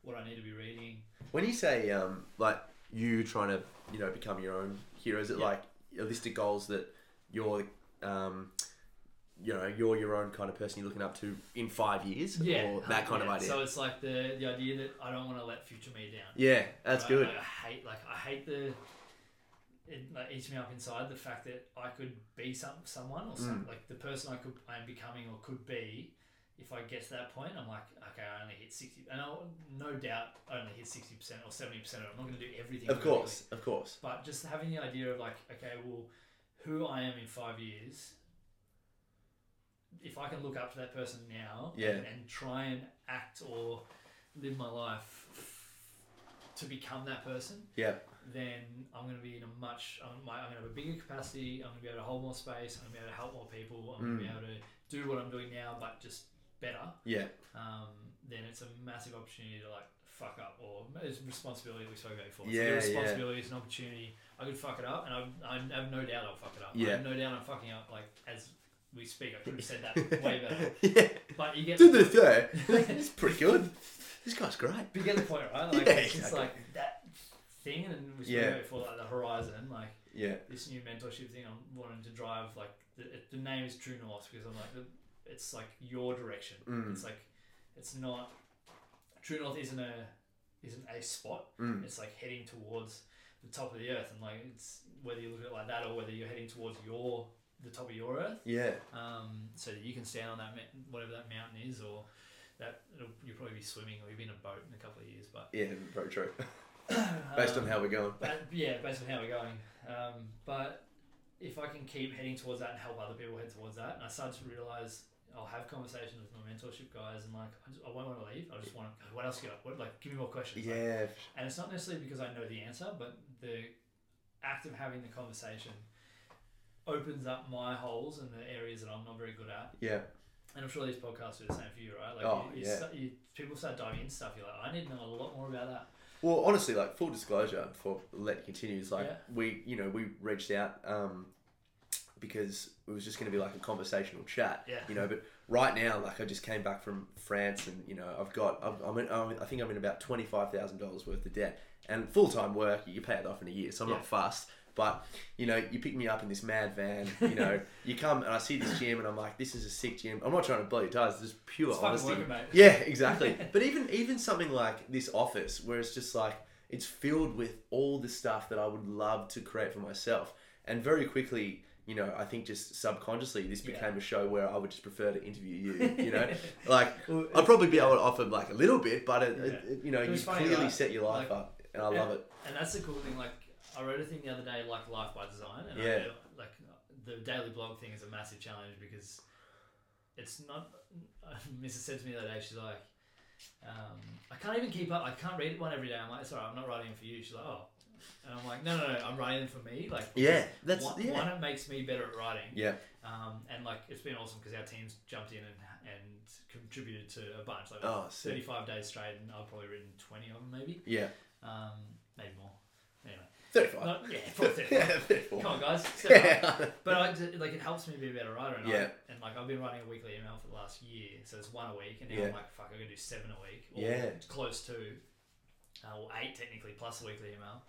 what I need to be reading.
When you say um, like you trying to you know become your own hero, is it
Yeah.
like a list of goals that you're um, you know you're your own kind of person you're looking up to in five years or that kind
Yeah.
of idea?
So it's like the the idea that I don't want to let future me down.
yeah, that's
Right?
good.
Like, I hate like I hate the it like, eats me up inside the fact that I could be some someone or
Mm.
some, like the person I could I am becoming or could be. If I get to that point, I'm like, okay, I only hit sixty, and I'll no doubt only hit sixty percent or seventy percent. I'm not going to do everything.
Of
perfectly.
course, of course.
but just having the idea of like, okay, well, who I am in five years. If I can look up to that person now
Yeah.
and, and try and act or live my life to become that person,
Yeah,
then I'm going to be in a much, I'm, my, I'm going to have a bigger capacity. I'm going to be able to hold more space. I'm going to be able to help more people. I'm going to be able to do what I'm doing now, but just better.
yeah,
Um, then it's a massive opportunity to like fuck up, or it's a responsibility that we spoke about before.
Yeah, yeah.
it's a responsibility. It's an opportunity. I could fuck it up, and I, I have no doubt I'll fuck it up. I
Yeah.
have no doubt I'm fucking up. Like as we speak, I could have said that way better.
yeah.
But you get
Did this there? It's pretty good. This guy's great.
But you get the point, right? Like
Yeah,
it's just
exactly.
like that thing, and we spoke
Yeah.
about before, like the horizon, like
Yeah,
this new mentorship thing I'm wanting to drive like the, it- the name is True North because I'm like the- it's like your direction
Mm.
it's like it's not True North isn't a isn't a spot
Mm.
it's like heading towards the top of the earth, and like it's whether you look at it like that or whether you're heading towards your the top of your earth,
Yeah.
um, so that you can stand on that mou- whatever that mountain is, or that it'll, you'll probably be swimming or you'll be in a boat in a couple of years. But
Yeah, very true. Based on
um,
how we're going.
but yeah, based on how we're going. Um, but if I can keep heading towards that and help other people head towards that, and I start to realize I'll have conversations with my mentorship guys, and like I, just, I won't want to leave. I just want to. What else? Can I, what like give me more questions. Like,
Yeah.
and it's not necessarily because I know the answer, but the act of having the conversation opens up my holes and the areas that I'm not very good at.
Yeah.
And I'm sure these podcasts do the same for you, right? Like
Oh,
you, you
yeah.
sta- you, people start diving into stuff. You're like, I need to know a lot more about that.
Well, honestly, like full disclosure for let it continue is like
Yeah.
we, you know, we reached out um, because it was just going to be like a conversational chat,
Yeah.
you know. But right now, like I just came back from France, and you know, I've got, I've, I'm, in, I'm, I think I'm in about twenty five thousand dollars worth of debt, and full time work, you pay it off in a year, so I'm
Yeah.
not fussed. But you know, you pick me up in this mad van. You know, you come and I see this gym, and I'm like, "This is a sick gym." I'm not trying to blow your tires. This is pure
It's fucking
honesty.
working, mate.
Yeah, exactly. but even even something like this office, where it's just like it's filled with all the stuff that I would love to create for myself, and very quickly, you know, I think just subconsciously, this
Yeah.
became a show where I would just prefer to interview you. You know, like I'd probably be able to offer like a little bit, but it, it-
Yeah.
it- you know,
It
you
was funny,
clearly
like-
set your life
like-
up, and I love it.
And that's the cool thing. Like I wrote a thing the other day, like life by design, and
Yeah.
I, like the daily blog thing is a massive challenge because it's not. Mrs. said to me the other day, she's like, um, I can't even keep up. I can't read one every day. I'm like, it's alright. I'm not writing them for you. She's like, oh, and I'm like, no, no, no. I'm writing them for me. Like,
Yeah,
because
that's-
one,
yeah.
one. It makes me better at writing.
Yeah,
Um, and like it's been awesome because our teams jumped in and, and contributed to a bunch, like
Oh, sick.
35 days straight, and I've probably written 20 of them, maybe,
yeah.
um, maybe more. Anyway,
Thirty-five.
not, yeah, probably 35.
yeah, thirty-four.
Come on, guys. Step up.
Yeah.
But I, ju- like, it helps me be a better writer. And, I,
Yeah.
and like, I've been writing a weekly email for the last year, so it's one a week, and now
Yeah.
I'm like, fuck, I'm gonna do seven a week, or
Yeah.
close to, uh, or eight technically plus a weekly email.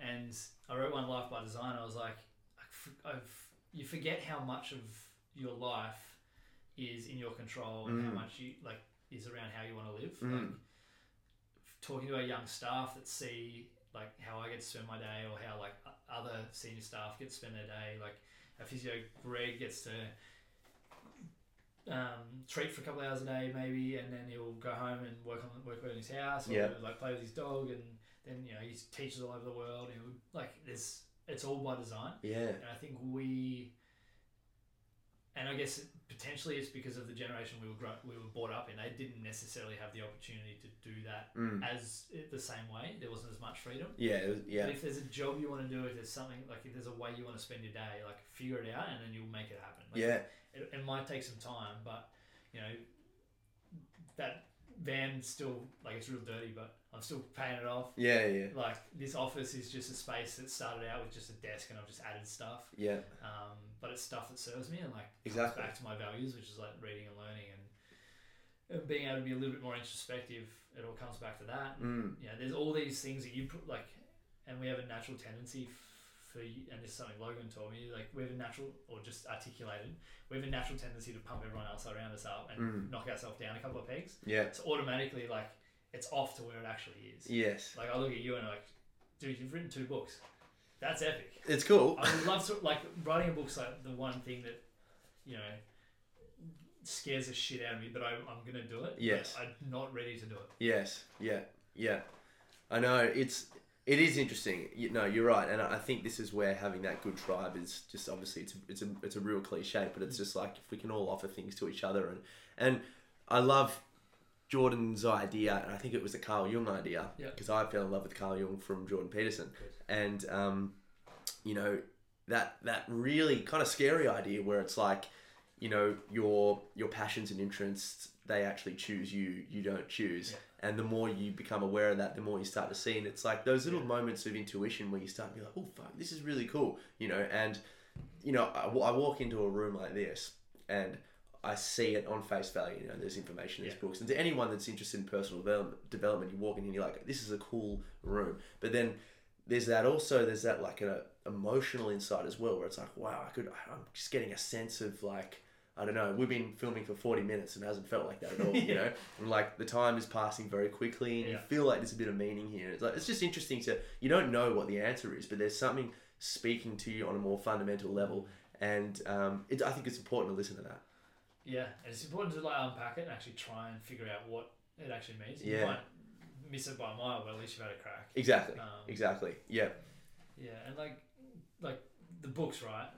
And I wrote one life by design. I was like, I f- I've, you forget how much of your life is in your control and how
Mm.
much you like is around how you want to live. Like,
Mm.
talking to our young staff that see like how I get to spend my day or how like o- other senior staff get to spend their day. Like a physio Greg gets to um, treat for a couple of hours a day maybe, and then he'll go home and work on work on his house or
Yeah.
like play with his dog, and then you know he teaches all over the world. And he'll- like it's it's all by design,
yeah,
and I think we. And I guess potentially it's because of the generation we were grow- we were brought up in. They didn't necessarily have the opportunity to do that
mm.
as the same way. There wasn't as much freedom.
yeah, it was- yeah.
But if there's a job you want to do, if there's something like if there's a way you want to spend your day, like figure it out and then you'll make it happen. Like,
Yeah,
It, it might take some time, but you know that van still like it's real dirty, but I'm still paying it off.
yeah, yeah,
Like this office is just a space that started out with just a desk, and I've just added stuff.
yeah.
Um, but it's stuff that serves me and like comes
Exactly.
back to my values, which is like reading and learning and, and being able to be a little bit more introspective. It all comes back to that
Mm.
you know, there's all these things that you put like, and we have a natural tendency f- for, y- and this is something Logan taught me, like we have a natural, or just articulated, we have a natural tendency to pump everyone else around us up and
Mm.
knock ourselves down a couple of pegs.
Yeah.
It's automatically like, it's off to where it actually is.
Yes.
Like I look at you and I'm like, dude, you've written two books. That's epic.
It's cool.
I would love to, like, writing a book's like the one thing that, you know, scares the shit out of me, but I, I'm going to do it. but
Yes.
I'm not ready to do it.
Yes. Yeah. Yeah. I know it's it is interesting. You, no, you're right, and I I think this is where having that good tribe is just obviously it's a, it's a it's a real cliche, but it's just like if we can all offer things to each other, and and I love Jordan's idea, and I think it was the Carl Jung idea
Yeah.
because I fell in love with Carl Jung from Jordan Peterson, and um, you know that that really kind of scary idea where it's like you know your your passions and interests they actually choose you you don't choose and the more you become aware of that the more you start to see and it's like those little moments of intuition where you start to be like oh fuck this is really cool you know and you know I, wa- I walk into a room like this and I see it on face value you know there's information there's
Yeah.
books and to anyone that's interested in personal development, development you walk in and you're like this is a cool room but then there's that also there's that like an emotional insight as well where it's like wow i could i'm just getting a sense of like I don't know, we've been filming for 40 minutes and it hasn't felt like that at all, you know? And like the time is passing very quickly and you
Yeah.
feel like there's a bit of meaning here. It's like, it's just interesting to, you don't know what the answer is, but there's something speaking to you on a more fundamental level. And um, it, I think it's important to listen to that.
Yeah, and it's important to like unpack it and actually try and figure out what it actually means.
Yeah.
You might miss it by a mile, but at least you've had a crack.
Exactly.
Um,
exactly. Yeah.
Yeah, and like like the books, right?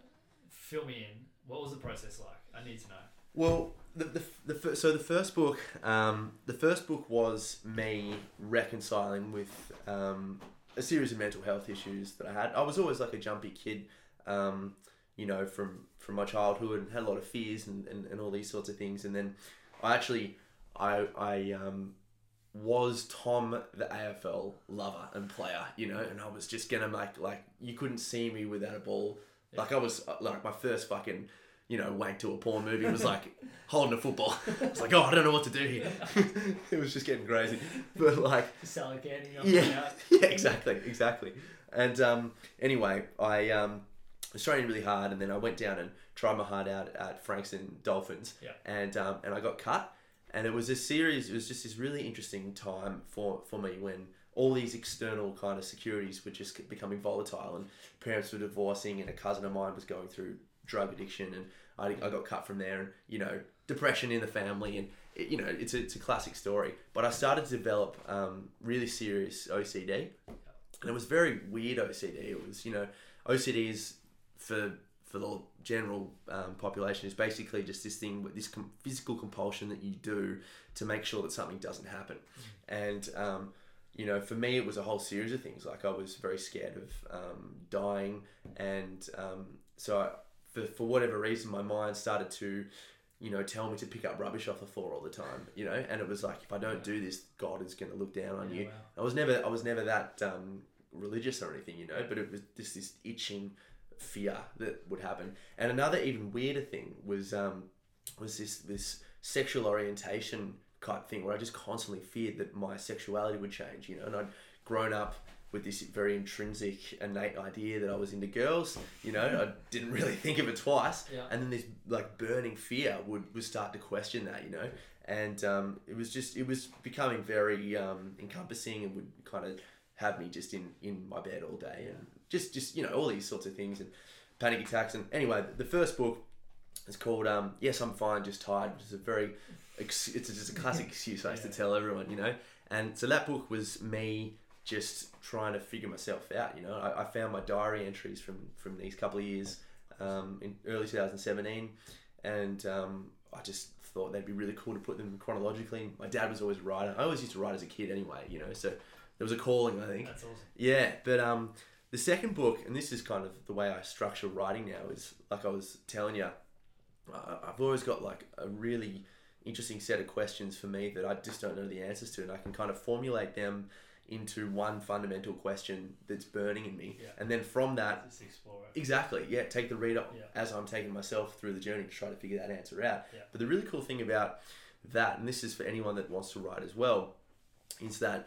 Fill me in. What was the process like? I need to know.
Well, the, the, the fir- so the first book, um, the first book was me reconciling with um, a series of mental health issues that I had. I was always like a jumpy kid, um, you know, from from my childhood and had a lot of fears and, and, and all these sorts of things. And then I actually I I um, was Tom the AFL lover and player, you know, and I was just gonna make like you couldn't see me without a ball. Like I was uh, like my first fucking you know wank to a porn movie was like holding a football. It's like oh I don't know what to do here. it was just getting crazy, but like
Sally Candy.
yeah, yeah, exactly, exactly. And um, anyway, I um, was training really hard, and then I went down and tried my heart out at Frankston Dolphins,
Yeah.
and um, and I got cut. And it was a series. It was just this really interesting time for for me when all these external kind of securities were just becoming volatile, and parents were divorcing, and a cousin of mine was going through drug addiction, and I, I got cut from there, and you know depression in the family, and it, you know it's a, it's a classic story. But I started to develop um, really serious OCD and it was very weird OCD. It was you know OCD is for for the general um, population is basically just this thing with this com- physical compulsion that you do to make sure that something doesn't happen, and um, you know for me it was a whole series of things. Like I was very scared of um, dying, and um, so I, for for whatever reason my mind started to you know, tell me to pick up rubbish off the floor all the time, you know, and it was like, if I don't do this, God is going to look down on
Yeah,
you.
wow.
I was never, I was never that um, religious or anything, you know, but it was just this itching fear that would happen. And another even weirder thing was, um, was this this sexual orientation type thing where I just constantly feared that my sexuality would change, you know, and I'd grown up with this very intrinsic, innate idea that I was into girls, you know, I didn't really think of it twice,
Yeah.
and then this like burning fear would would start to question that, you know, and um, it was just it was becoming very um, encompassing and would kind of have me just in in my bed all day and just just you know all these sorts of things and panic attacks and anyway the first book it's called um, "Yes, I'm Fine, Just Tired," which is a very, ex- it's just a classic excuse I used to tell everyone, you know. And so that book was me just trying to figure myself out, you know. I, I found my diary entries from from these couple of years um, in early 2017, and um, I just thought they'd be really cool to put them chronologically. My dad was always a writer. I always used to write as a kid anyway, you know. So there was a calling, I think.
That's awesome.
Yeah, but um, the second book, and this is kind of the way I structure writing now, is like I was telling you, I- I've always got like a really interesting set of questions for me that I just don't know the answers to, and I can kind of formulate them into one fundamental question that's burning in me,
Yeah.
and then from that,
Just explore it.
exactly, yeah, take the reader
Yeah.
as I'm taking myself through the journey to try to figure that answer out.
Yeah.
But the really cool thing about that, and this is for anyone that wants to write as well, is that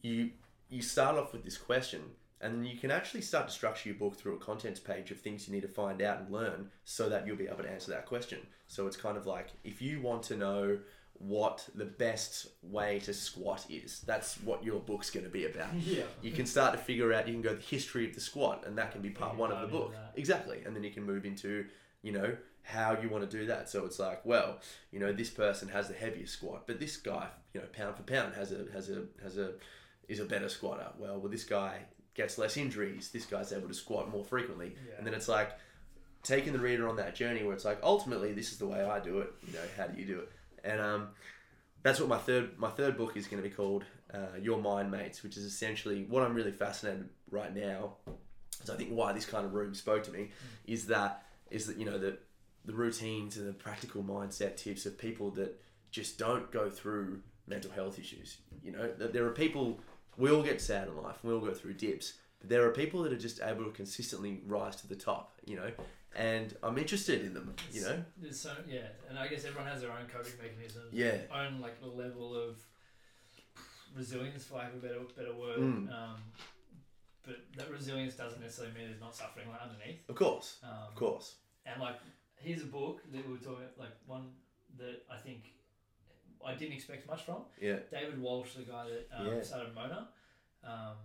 you you start off with this question and then you can actually start to structure your book through a contents page of things you need to find out and learn so that you'll be able to answer that question so it's kind of like if you want to know what the best way to squat is that's what your book's going to be about
Yeah.
you can start to figure out you can go the history of the squat and that can be part
can
one of the
dive into
book
that.
exactly and then you can move into you know how you want to do that so it's like well you know this person has the heaviest squat but this guy you know pound for pound has a has a has a is a better squatter well well this guy gets less injuries this guy's able to squat more frequently
Yeah.
and then it's like taking the reader on that journey where it's like ultimately this is the way I do it you know how do you do it and um that's what my third my third book is going to be called uh, Your Mind Mates which is essentially what I'm really fascinated right now so I think why this kind of room spoke to me is that is that you know the the routines and the practical mindset tips of people that just don't go through mental health issues. You know that there are people we all get sad in life, we all go through dips, but there are people that are just able to consistently rise to the top. You know, and I'm interested in them. You know,
There's so yeah, and I guess everyone has their own coping mechanisms.
Yeah.
Own like the level of resilience, for lack of a better better word.
Mm.
Um, but that resilience doesn't necessarily mean there's not suffering like underneath.
of course,
Um,
of course,
And like here's a book that we were talking like one that I think I didn't expect much from.
Yeah.
David Walsh, the guy that um,
Yeah.
started Mona, um,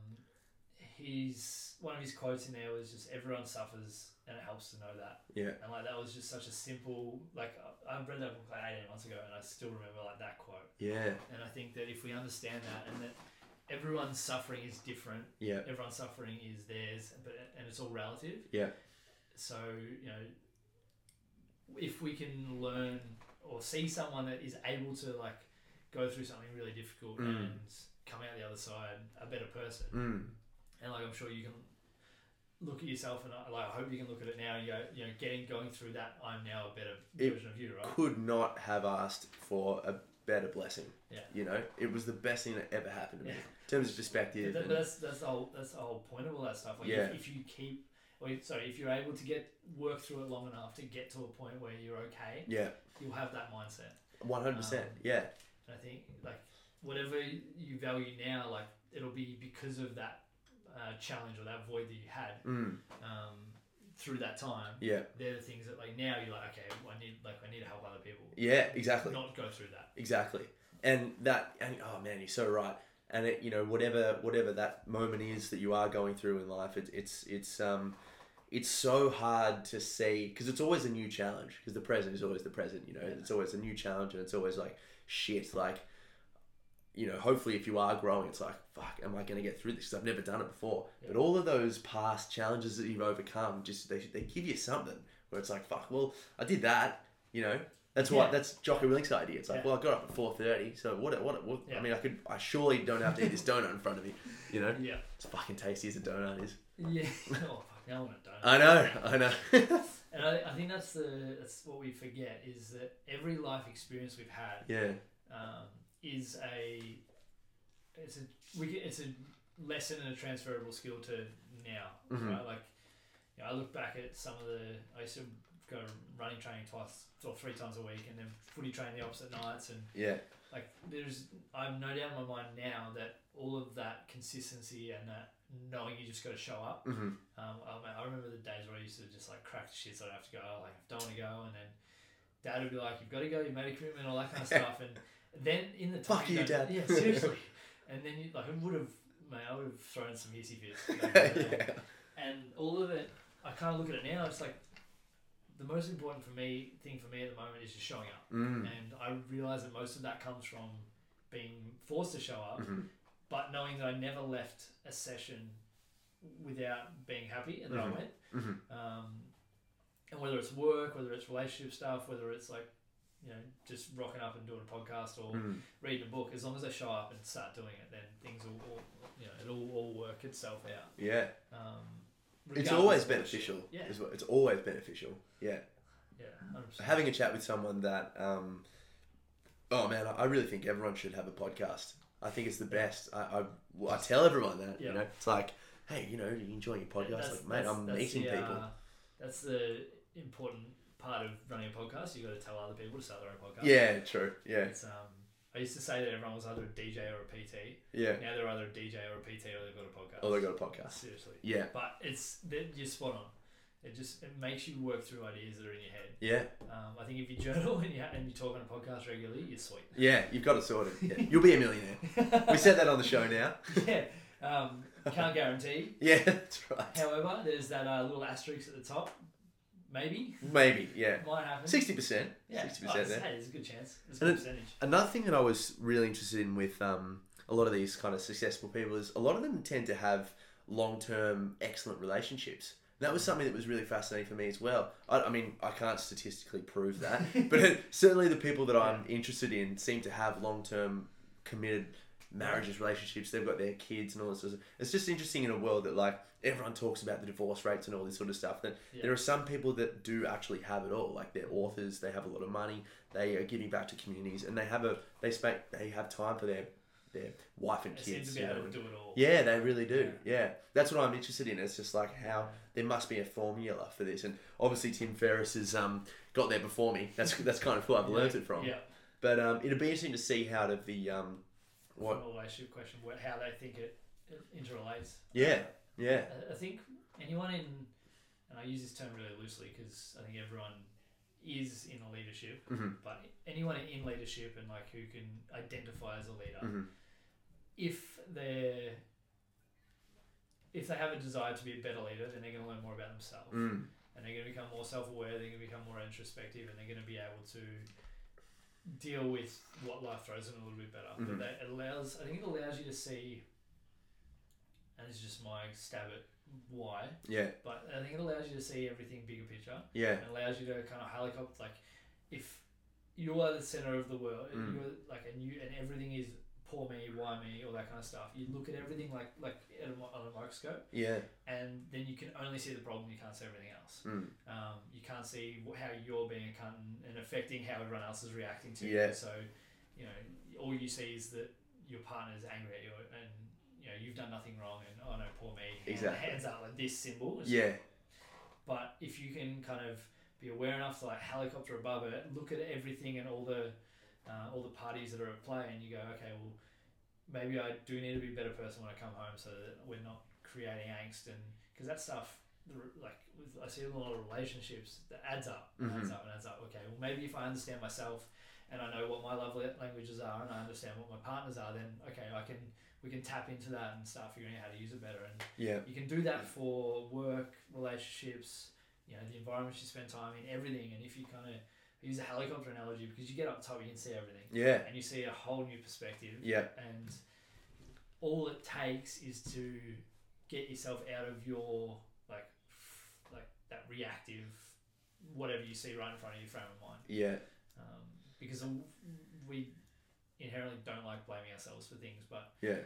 he's one of his quotes in there was just everyone suffers and it helps to know that.
Yeah.
And like that was just such a simple like I I read that book like eighteen months ago and I still remember like that quote.
Yeah.
And I think that if we understand that and that everyone's suffering is different,
Yeah.
everyone's suffering is theirs, but and it's all relative.
Yeah.
So you know, if we can learn or see someone that is able to like go through something really difficult
Mm.
and come out the other side a better person,
Mm.
and like I'm sure you can look at yourself and I- like I hope you can look at it now and go, you know, getting going through that, I'm now a better
It
version of you, right?
Could not have asked for a better blessing.
Yeah.
You know, it was the best thing that ever happened to me
Yeah.
in terms of perspective.
But
and-
that, that's that's the whole that's the whole point of all that stuff. Like
Yeah.
if, if you keep, or if- sorry, if you're able to get work through it long enough to get to a point where you're okay,
yeah.
you'll have that mindset.
One hundred percent.
Um,
Yeah.
And I think like whatever you value now, like it'll be because of that uh, challenge or that void that you had
Mm.
um, through that time.
Yeah.
They're the things that like now you're like okay, I need like I need to help other people.
Yeah. Exactly.
Not go through that.
Exactly. And that and oh man, you're so right. And it, you know, whatever whatever that moment is that you are going through in life, it's it's it's um it's so hard to see because it's always a new challenge because the present is always the present, you know. It's always a new challenge and it's always like shit like you know, hopefully if you are growing, it's like, fuck, am I going to get through this? Because I've never done it before. But all of those past challenges that you've overcome, just they, they give you something where it's like, fuck, well, I did that, you know. That's what
Yeah.
that's Jocko Willink's idea. It's like,
Yeah.
well, I got up at four thirty, so what? What? what I
Yeah.
mean, I could, I surely don't have to eat this donut in front of me, you know.
Yeah.
It's fucking tasty as a donut is.
Yeah. oh fuck, now I want to donut.
I know, I know.
And I, I think that's the that's what we forget is that every life experience we've had
yeah,
um, is a it's a we can, it's a lesson and a transferable skill to now,
Mhm.
right? Like, you know, I look back at some of the I used to go running training twice or three times a week, and then footy training the opposite nights, and
yeah,
like there's I'm no doubt in my mind now that all of that consistency and that knowing you just got to show up
hmm
um, I, mean, I remember the days where I used to just like crack the shit, so I'd have to go, like, I don't want to go. And then dad would be like, You've got to go, you made a commitment, all that kind of stuff. And then in the time,
Fuck you,
don't-
Dad.
Yeah, seriously. and then you, like, I would have, mate, I would have thrown some hissy fits.
yeah,
And all of it, I kind of look at it now, it's like the most important for me thing for me at the moment is just showing up.
mm.
And I realize that most of that comes from being forced to show up,
Mhm.
but knowing that I never left a session without being happy and that
Mhm.
I went.
Mhm.
Um, and whether it's work, whether it's relationship stuff, whether it's like, you know, just rocking up and doing a podcast or
Mm.
reading a book, as long as I show up and start doing it, then things will all, you know, it'll all work itself out.
yeah.
Um,
It's
regardless
always
of what-
beneficial.
Yeah.
is what- It's always beneficial. Yeah.
Yeah, 100%.
having a chat with someone that um, oh man i I really think everyone should have a podcast i think it's the best i, I, well, I tell everyone that you
Yeah.
know it's like hey you know you enjoying your podcast
That's-
like mate
that's-
i'm
that's
meeting
the,
people
uh, that's the important part of running a podcast. You got to tell other people to start their own podcast.
yeah true yeah
It's, um, I used to say that everyone was either a DJ or a PT.
yeah
Now they're either a DJ or a PT or they've got a podcast.
oh they got a podcast
Seriously.
yeah
But it's that- you're spot on. It just it makes you work through ideas that are in your head.
yeah
Um, I think if you journal and you ha- and you talk on a podcast regularly, you're sweet.
yeah you've got it sorted yeah. you'll be a millionaire we said that on the show now
yeah. Um, can't guarantee.
yeah that's right
However, there's that uh, little asterisk at the top. Maybe
maybe yeah
it might happen.
60%
Yeah,
60% there
Hey, there's a good chance. There's a
And
good
it-
percentage.
Another thing that I was really interested in with um, a lot of these kind of successful people is a lot of them tend to have long term excellent relationships. And that was something that was really fascinating for me as well. I, I mean, I can't statistically prove that, but certainly the people that I'm interested in seem to have long term committed marriages, relationships. They've got their kids and all this. sort of- It's just interesting in a world that like everyone talks about the divorce rates and all this sort of stuff. That
Yeah.
there are some people that do actually have it all. Like they're authors, they have a lot of money, they are giving back to communities, and they have a they spa they have time for their their wife and
It
kids.
seems to be
you know,
able to
and-
do it all.
yeah, they really do. Yeah. that's what I'm interested in. It's just like how there must be a formula for this, and obviously Tim Ferriss has um, got there before me. That's that's kind of who I've learnt it from.
Yeah.
But um, it'd be interesting to see how to the um, what?
Well, I should question what, how they think it it interrelates.
Yeah, yeah,
I, I think anyone in, and I use this term really loosely because I think everyone is in a leadership,
Mm-hmm,
but anyone in leadership and like who can identify as a leader,
Mm-hmm.
if they're if they have a desire to be a better leader, then they're going to learn more about themselves,
Mm. mm-hmm.
and they're going to become more self-aware. They're going to become more introspective, and they're going to be able to deal with what life throws them a little bit better. But that allows, I think, it allows you to see. And it's just my stab at why,
Yeah.
but I think it allows you to see everything bigger picture.
Yeah.
It allows you to kind of helicopter, like, if you are the center of the world,
Mm.
and you're like, and you and everything is poor me, why me, all that kind of stuff. You look at everything like like at a, mi- on a microscope,
Yeah.
and then you can only see the problem. You can't see everything else.
mm.
Um, you can't see wh- how you're being a cunt and- and affecting how everyone else is reacting to
Yeah.
you. So, you know, all you see is that your partner's angry at you and. You know, you've done nothing wrong, and oh no, poor me. And the
Exactly.
Hands up like this symbol. It's
Yeah.
but if you can kind of be aware enough to like helicopter above it, look at everything and all the uh, all the parties that are at play, and you go, okay, well, maybe I do need to be a better person when I come home, so that we're not creating angst and because that stuff, the re- like with, I see a lot of relationships that adds up, and adds up, and adds up. Okay, well, maybe if I understand myself and I know what my love la- languages are, and I understand what my partners are, then okay, I can we can tap into that and start figuring out how to use it better and
Yeah.
you can do that for work, relationships, you know, the environment you spend time in, everything. And if you kind of use a helicopter analogy, because you get up top, you can see everything,
Yeah.
and you see a whole new perspective.
Yeah.
And all it takes is to get yourself out of your like, f- like that reactive, whatever you see right in front of your frame of mind
Yeah.
um, because um, we inherently don't like blaming ourselves for things. But
Yeah.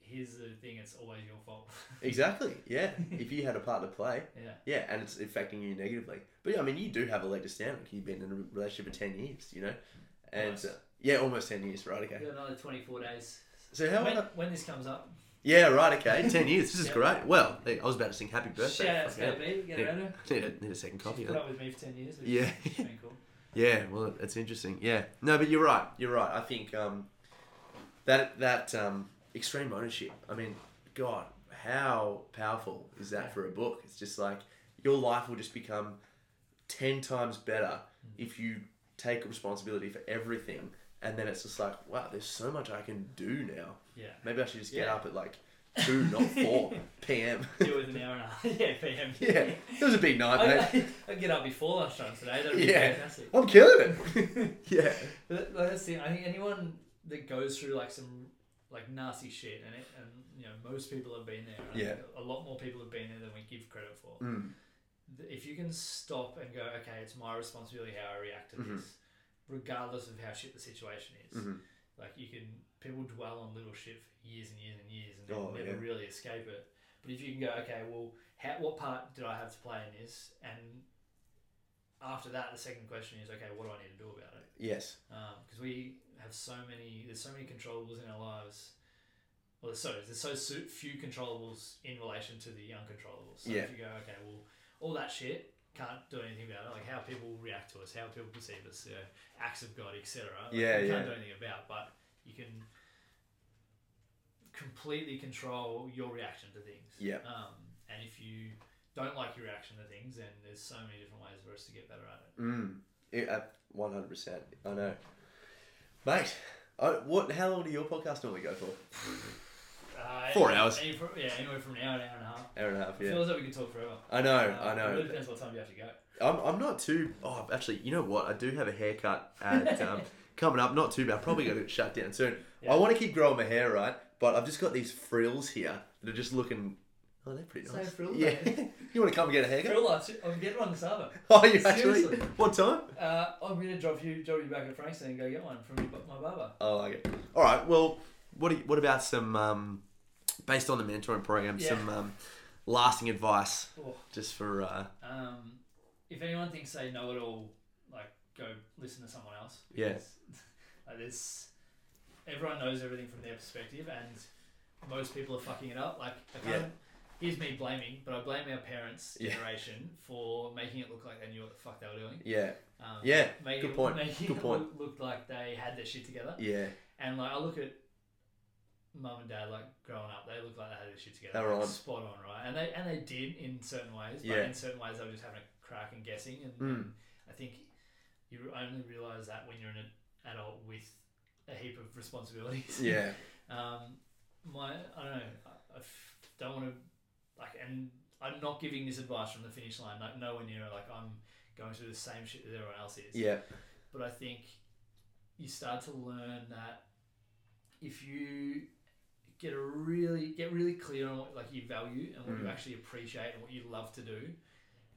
here's the thing: it's always your fault.
Exactly. Yeah. if you had a part to play.
yeah.
Yeah, and it's affecting you negatively. But yeah, I mean, you do have a leg to stand on. 'cause You've been in a relationship for ten years, you know, and
Almost.
uh, yeah, almost ten years, right?
We
Okay.
got another 24 days.
So how?
when,
about-
when this comes up,
yeah, right. Okay, ten years. This is
Yeah.
great. Well, hey, I was about to sing happy birthday.
shout out to
Fucking hell.
Gabby. Get around her.
Need a, need a second
She's
coffee.
put
huh?
up with me for 10 years. Which
Yeah.
Is, been cool.
Yeah, well, that's interesting. Yeah, no, but you're right. You're right. I think um, that that um, extreme ownership. I mean, God, how powerful is that for a book? It's just like your life will just become ten times better
Mm.
if you take responsibility for everything. And then it's just like, wow, there's so much I can do now.
Yeah.
Maybe I should just get
Yeah.
up at like two, not four p.m.
Deal with an hour and a half. yeah, PM.
yeah, it was a big night, mate.
I, I get up before lunchtime today. That'd be
Yeah,
fantastic.
I'm killing it. yeah,
But like, that's the thing. I think anyone that goes through like some like nasty shit, and it, and you know most people have been there. and I
Yeah.
think A lot more people have been there than we give credit for.
Mm.
Th- If you can stop and go, okay, it's my responsibility how I react to
Mhm.
this, regardless of how shit the situation is.
Mhm.
Like you can, people dwell on little shit for years and years and years, and they
Oh,
never
yeah.
really escape it. But if you can go, okay, well, how, what part did I have to play in this? And after that, the second question is, okay, what do I need to do about it?
yes,
because Um, we have so many there's so many controllables in our lives well there's so there's so su- few controllables in relation to the uncontrollables so
Yeah.
if you go okay well all that shit can't do anything about it like how people react to us how people perceive us you know, acts of god etc like,
Yeah,
you
yeah.
can't do anything about but you can completely control your reaction to things
yeah.
um, and if you don't like your reaction to things then there's so many different ways for us to get better at it
Mm. One hundred percent. I know, mate. I, what? How long do your podcast normally go for?
Uh,
Four hours.
any- pro- yeah, anywhere from an hour, an hour and a half.
Hour and a half.
It
Yeah.
feels like we could talk forever.
I know.
Uh,
I
It really
know.
depends what time you have to go.
I'm, I'm not too. Oh, actually, you know what? I do have a haircut at um, coming up. Not too bad. Probably going to get shut down soon.
Yeah.
I want to keep growing my hair, right? But I've just got these frills here that are just looking. Oh, they're pretty
So eh?
nice.
frill,
yeah.
mate.
you want to come and get a haircut?
Real life, shit, I'm getting one this summer.
Oh, you actually.
Seriously.
What time?
Uh, I'm gonna drop you, drop you back at Frankston and go get one from your- my barber.
Oh, I like it. All right. Well, what do you- what about some um, based on the mentoring program?
Yeah.
Some um, lasting advice
Oh,
just for uh,
um, if anyone thinks they know it all, like go listen to someone else.
Yeah.
because, Like this, everyone knows everything from their perspective, and most people are fucking it up. Like, I
Yeah.
can't, here's me blaming, but I blame our parents'
Yeah.
generation for making it look like they knew what the fuck they were doing.
yeah
Um,
Yeah,
make
good
it-
point,
make it
good point.
Look, looked like they had their shit together,
yeah
and like I look at mum and dad, like growing up, they look like they had their shit together.
They were
like,
on.
spot on, right? And they and they did in certain ways, but
Yeah.
in certain ways they were just having a crack and guessing. And
Mm.
I think you only realize that when you're an adult with a heap of responsibilities.
Yeah.
Um, my, I don't know. I- I, f- don't want to like, and I'm not giving this advice from the finish line. Like nowhere near. Like I'm going through the same shit that everyone else is.
Yeah.
But I think you start to learn that if you get a really get really clear on what like you value and what you
Mm.
actually appreciate and what you love to do,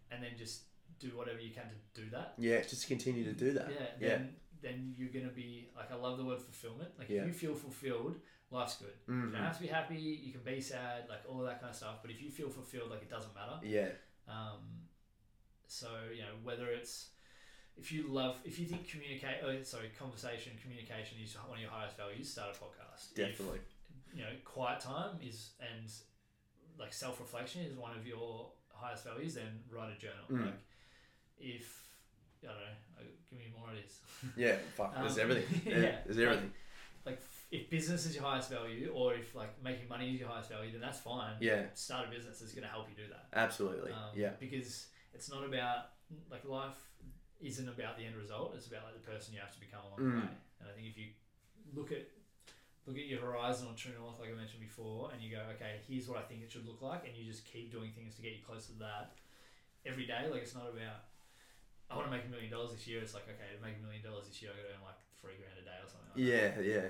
and then just do whatever you can to do that.
Yeah. Just continue to do that.
Yeah.
Yeah.
Then, then you're gonna be like I love the word fulfillment. Like
Yeah.
if you feel fulfilled, life's good. You don't
Mhm.
have to be happy. You can be sad, like all of that kind of stuff. But if you feel fulfilled, like it doesn't matter.
Yeah.
Um, so you know whether it's if you love, if you think communicate, oh, sorry, conversation, communication is one of your highest values. Start a podcast.
Definitely.
If, you know, quiet time is and like self reflection is one of your highest values. Then write a journal.
Mm.
Like if I don't know, uh, give me more ideas.
Yeah. Fuck. There's
Um,
everything. Yeah.
yeah.
There's everything.
like f- if business is your highest value, or if like making money is your highest value, then that's fine.
Yeah.
start a business is going to help you do that.
Absolutely.
Um,
yeah.
Because it's not about like life isn't about the end result. It's about like the person you have to become along the
Mm.
way. And I think if you look at look at your horizon or true north, like I mentioned before, and you go, okay, here's what I think it should look like, and you just keep doing things to get you closer to that every day. Like it's not about I want to make a million dollars this year. It's like okay, to make a million dollars this year, I got to earn like three grand a day or something. Like that
Yeah. Yeah.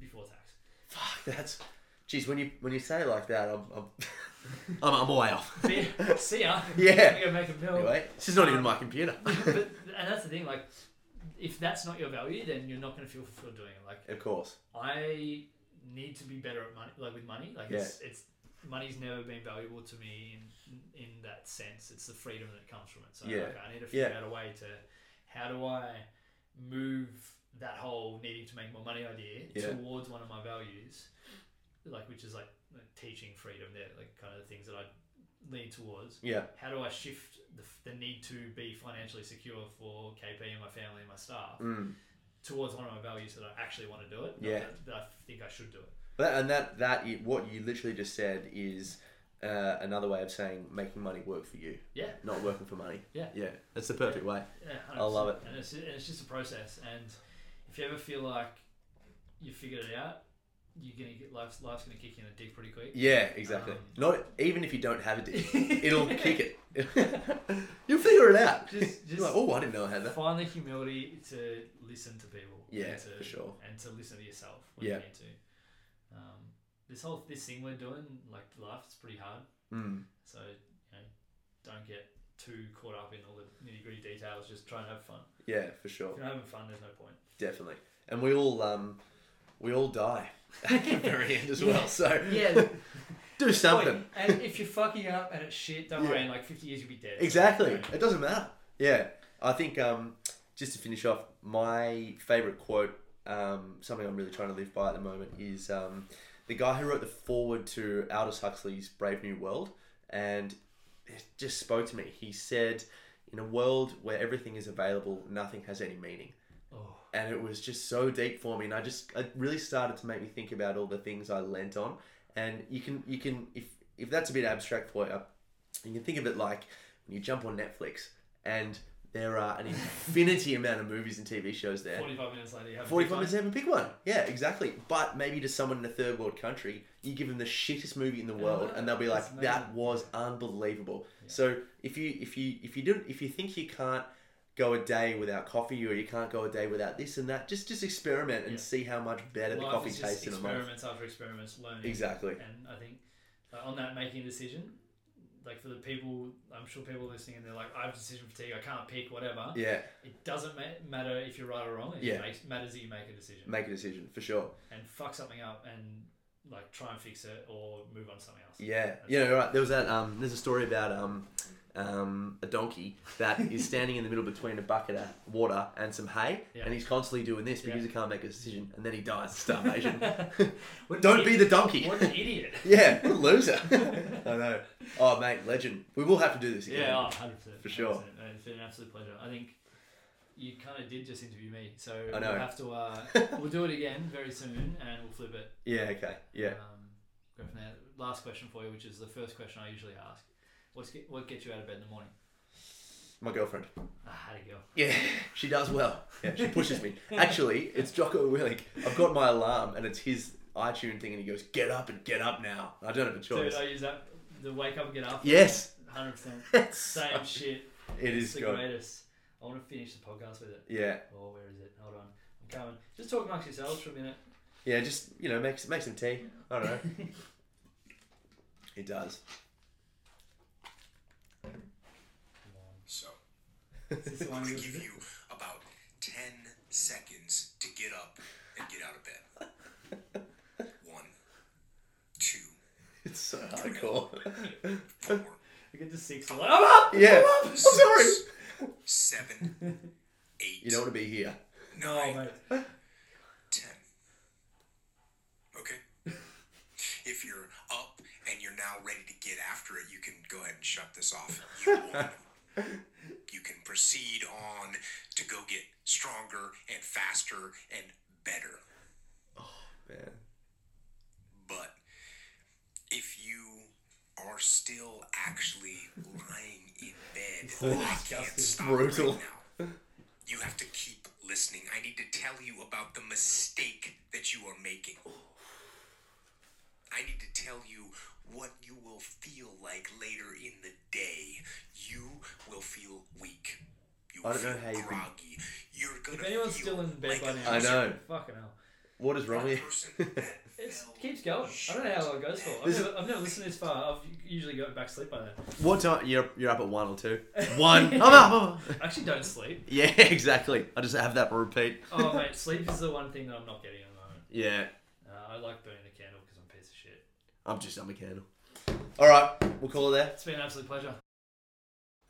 before tax.
Fuck. That's. Jeez. When you when you say it like that, I'm. I'm
I'm, I'm way off.
See, see ya.
Yeah.
I'm gonna go make a bill.
anyway, this is not even my computer.
but, and that's the thing, like, if that's not your value, then you're not going to feel fulfilled doing it. Like,
Of course.
I need to be better at money, like with money. Like, it's, it's money's never been valuable to me in in that sense. It's the freedom that comes from it. So,
Yeah.
like, I need to figure
Yeah.
out a way to how do I move that whole needing to make more money idea
Yeah.
towards one of my values, like which is like, like teaching freedom. There, like, kind of the things that I lean towards
Yeah.
how do I shift the, the need to be financially secure for KP and my family and my staff
Mm.
towards one of my values that I actually want to do it? not
Yeah.
That, that I think I should do it.
But and that that i what you literally just said is uh, another way of saying making money work for you,
Yeah.
not working for money.
Yeah.
Yeah. That's the perfect way.
yeah
I love
100%. And it's, and it's just a process. And if you ever feel like you figured it out, you're gonna get life's life's gonna kick you in the dick pretty quick.
Yeah, exactly.
Um,
Not even if you don't have a dick, it'll kick it. You'll figure it out.
Just-
You're
just-
like, oh, I didn't know I had that.
Find the humility to listen to people.
Yeah,
and to,
for sure.
And to listen to yourself when
Yeah.
you need to. Um, this whole this thing we're doing, like life, it's pretty hard.
Mm.
So, you know, don't get too caught up in all the nitty gritty details. Just try and have fun.
Yeah, for sure,
If you're not having fun, there's no point.
definitely. And we all um, we all die at the very end as well. So do something.
point. And if you're fucking up and it's shit, don't worry.
Yeah.
In like 50 years, you'll be dead.
Exactly.
You know,
It doesn't matter. Yeah. I think um, just to finish off, my favorite quote, um, something I'm really trying to live by at the moment, is um, the guy who wrote the foreword to Aldous Huxley's Brave New World, and it just spoke to me. He said, "In a world where everything is available, nothing has any meaning."
Oh.
And it was just so deep for me, and I just it really started to make me think about all the things I lent on. And you can you can if if that's a bit abstract for you, you can think of it like when you jump on Netflix and there are an infinity amount of movies and TV shows there.
45 minutes later, you have a
45
good
minutes
time.
to have a big one. Yeah, exactly. But maybe to someone in a third world country, you give them the shittest movie in the world and they'll be
Ah, that's
like, that
amazing.
was unbelievable. So if you if you if you do if you think you can't go a day without coffee or you can't go a day without this and that, just just experiment and
Yeah.
see how much better the
Life
coffee
is just
tastes in a month.
experiments after experiments, learning.
Exactly.
And I think like, on that making a decision, like for the people, I'm sure people listening and they're like, I have decision fatigue, I can't pick, whatever.
Yeah,
It doesn't ma- matter if you're right or wrong. It
Yeah.
makes, matters that you make a decision.
make a decision for sure.
and fuck something up and like try and fix it or move on to something else.
Yeah, you know, right. There was that. Um, there's a story about um, um, a donkey that is standing in the middle between a bucket of water and some hay,
Yeah.
and he's constantly doing this because
Yeah.
he can't make a decision, and then he dies of starvation. Don't be the donkey.
What an idiot.
Yeah, what a loser. I know. Oh, mate, legend. We will have to do this again.
yeah, oh, 100%.
For sure.
100%. It's been an absolute pleasure. I think you kind of did just interview me, so
I know.
we'll have to, uh, we'll do it again very soon and we'll flip it.
Yeah. Okay. Yeah.
Um, go from there. Last question for you, which is the first question I usually ask. What's get, what gets you out of bed in the morning?
My girlfriend.
Ah, I had a girl.
Yeah, she does well. Yeah, she pushes me. Actually, it's Jocko Willink. I've got my alarm and it's his iTunes thing and he goes, get up and get up now. I don't have a choice.
Dude, I use that the wake up and get up.
yes.
hundred percent.
It's
Same
so-
shit.
It
It's
is
the
good.
greatest. I want to finish the podcast with it.
Yeah.
Oh, where is it? Hold on. I'm coming. Just talk amongst yourselves for a minute.
Yeah, just, you know, make, make some tea. I don't know. it does.
So
Is this the
I'm
one
gonna
you
give you about ten seconds to get up and get out of bed. One, two,
It's so hardcore.
four,
We get to six. I'm like, I'm up!
yeah. I'm sorry.
six, seven, eight,
You don't want to be here.
nine,
mate.
ten. Okay. If you're up and you're now ready to get after it, you can go ahead and shut this off. You won. you can proceed on to go get stronger and faster and better.
Man.
But if you are still actually lying in bed, I can't stop
Brutal.
right now. You have to keep listening. I need to tell you about the mistake that you are making. I need to tell you what you will feel like later in the day. You will feel weak. You will
I don't know
feel
how you can-
groggy. You're gonna
If anyone's
feel
still in bed
like
by
a
now,
I know.
Fucking hell.
What is wrong with
person
you?
that
It
fell
keeps going. I don't know how long it goes for. I've
This-
never, I've never listened this far. I've usually got back to sleep by then.
What time? You're, you're up at one or two. One. I'm up. I'm up.
I actually don't sleep.
Yeah, exactly. I just have that repeat.
Oh, mate, sleep is the one thing that I'm not getting at the moment.
Yeah.
Uh, I like burning a candle because I'm a piece of shit.
I'm just, I'm a candle. All right. We'll call it there.
It's been an absolute pleasure.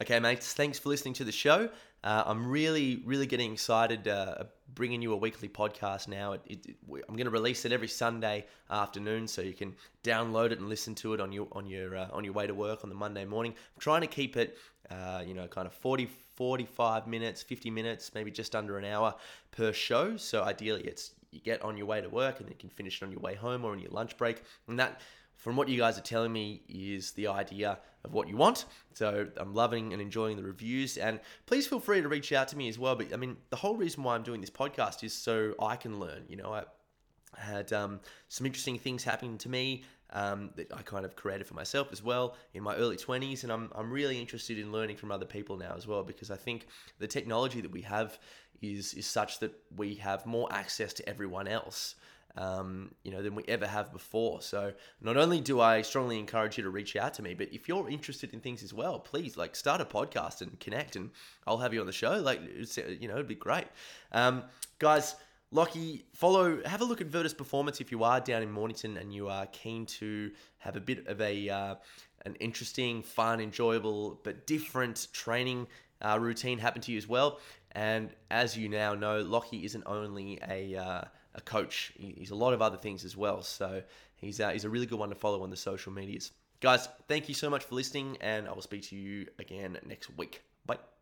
Okay, mates, thanks for listening to the show. Uh, I'm really, really getting excited uh, bringing you a weekly podcast now. It, it, it, we- I'm going to release it every Sunday afternoon, so you can download it and listen to it on your on your uh, on your way to work on the Monday morning. I'm trying to keep it, uh, you know, kind of 40, 45 minutes, 50 minutes, maybe just under an hour per show. So ideally, it's you get on your way to work and then you can finish it on your way home or on your lunch break, and that from what you guys are telling me is the idea of what you want. So I'm loving and enjoying the reviews. And please feel free to reach out to me as well. But I mean, the whole reason why I'm doing this podcast is so I can learn. You know, I had um, some interesting things happening to me um, that I kind of created for myself as well in my early 20s. And I'm, I'm really interested in learning from other people now as well because I think the technology that we have is, is such that we have more access to everyone else um, you know, than we ever have before. So not only do I strongly encourage you to reach out to me, but if you're interested in things as well, please like start a podcast and connect, and I'll have you on the show. Like, it's, uh, you know, it'd be great, um, guys. Lockie, follow, have a look at Virtus Performance if you are down in Mornington and you are keen to have a bit of a uh, an interesting, fun, enjoyable, but different training uh, routine happen to you as well. And as you now know, Lockie isn't only a uh, a coach. He- He's a lot of other things as well. So he's uh, he's a really good one to follow on the social medias. Guys, thank you so much for listening, and I will speak to you again next week. Bye.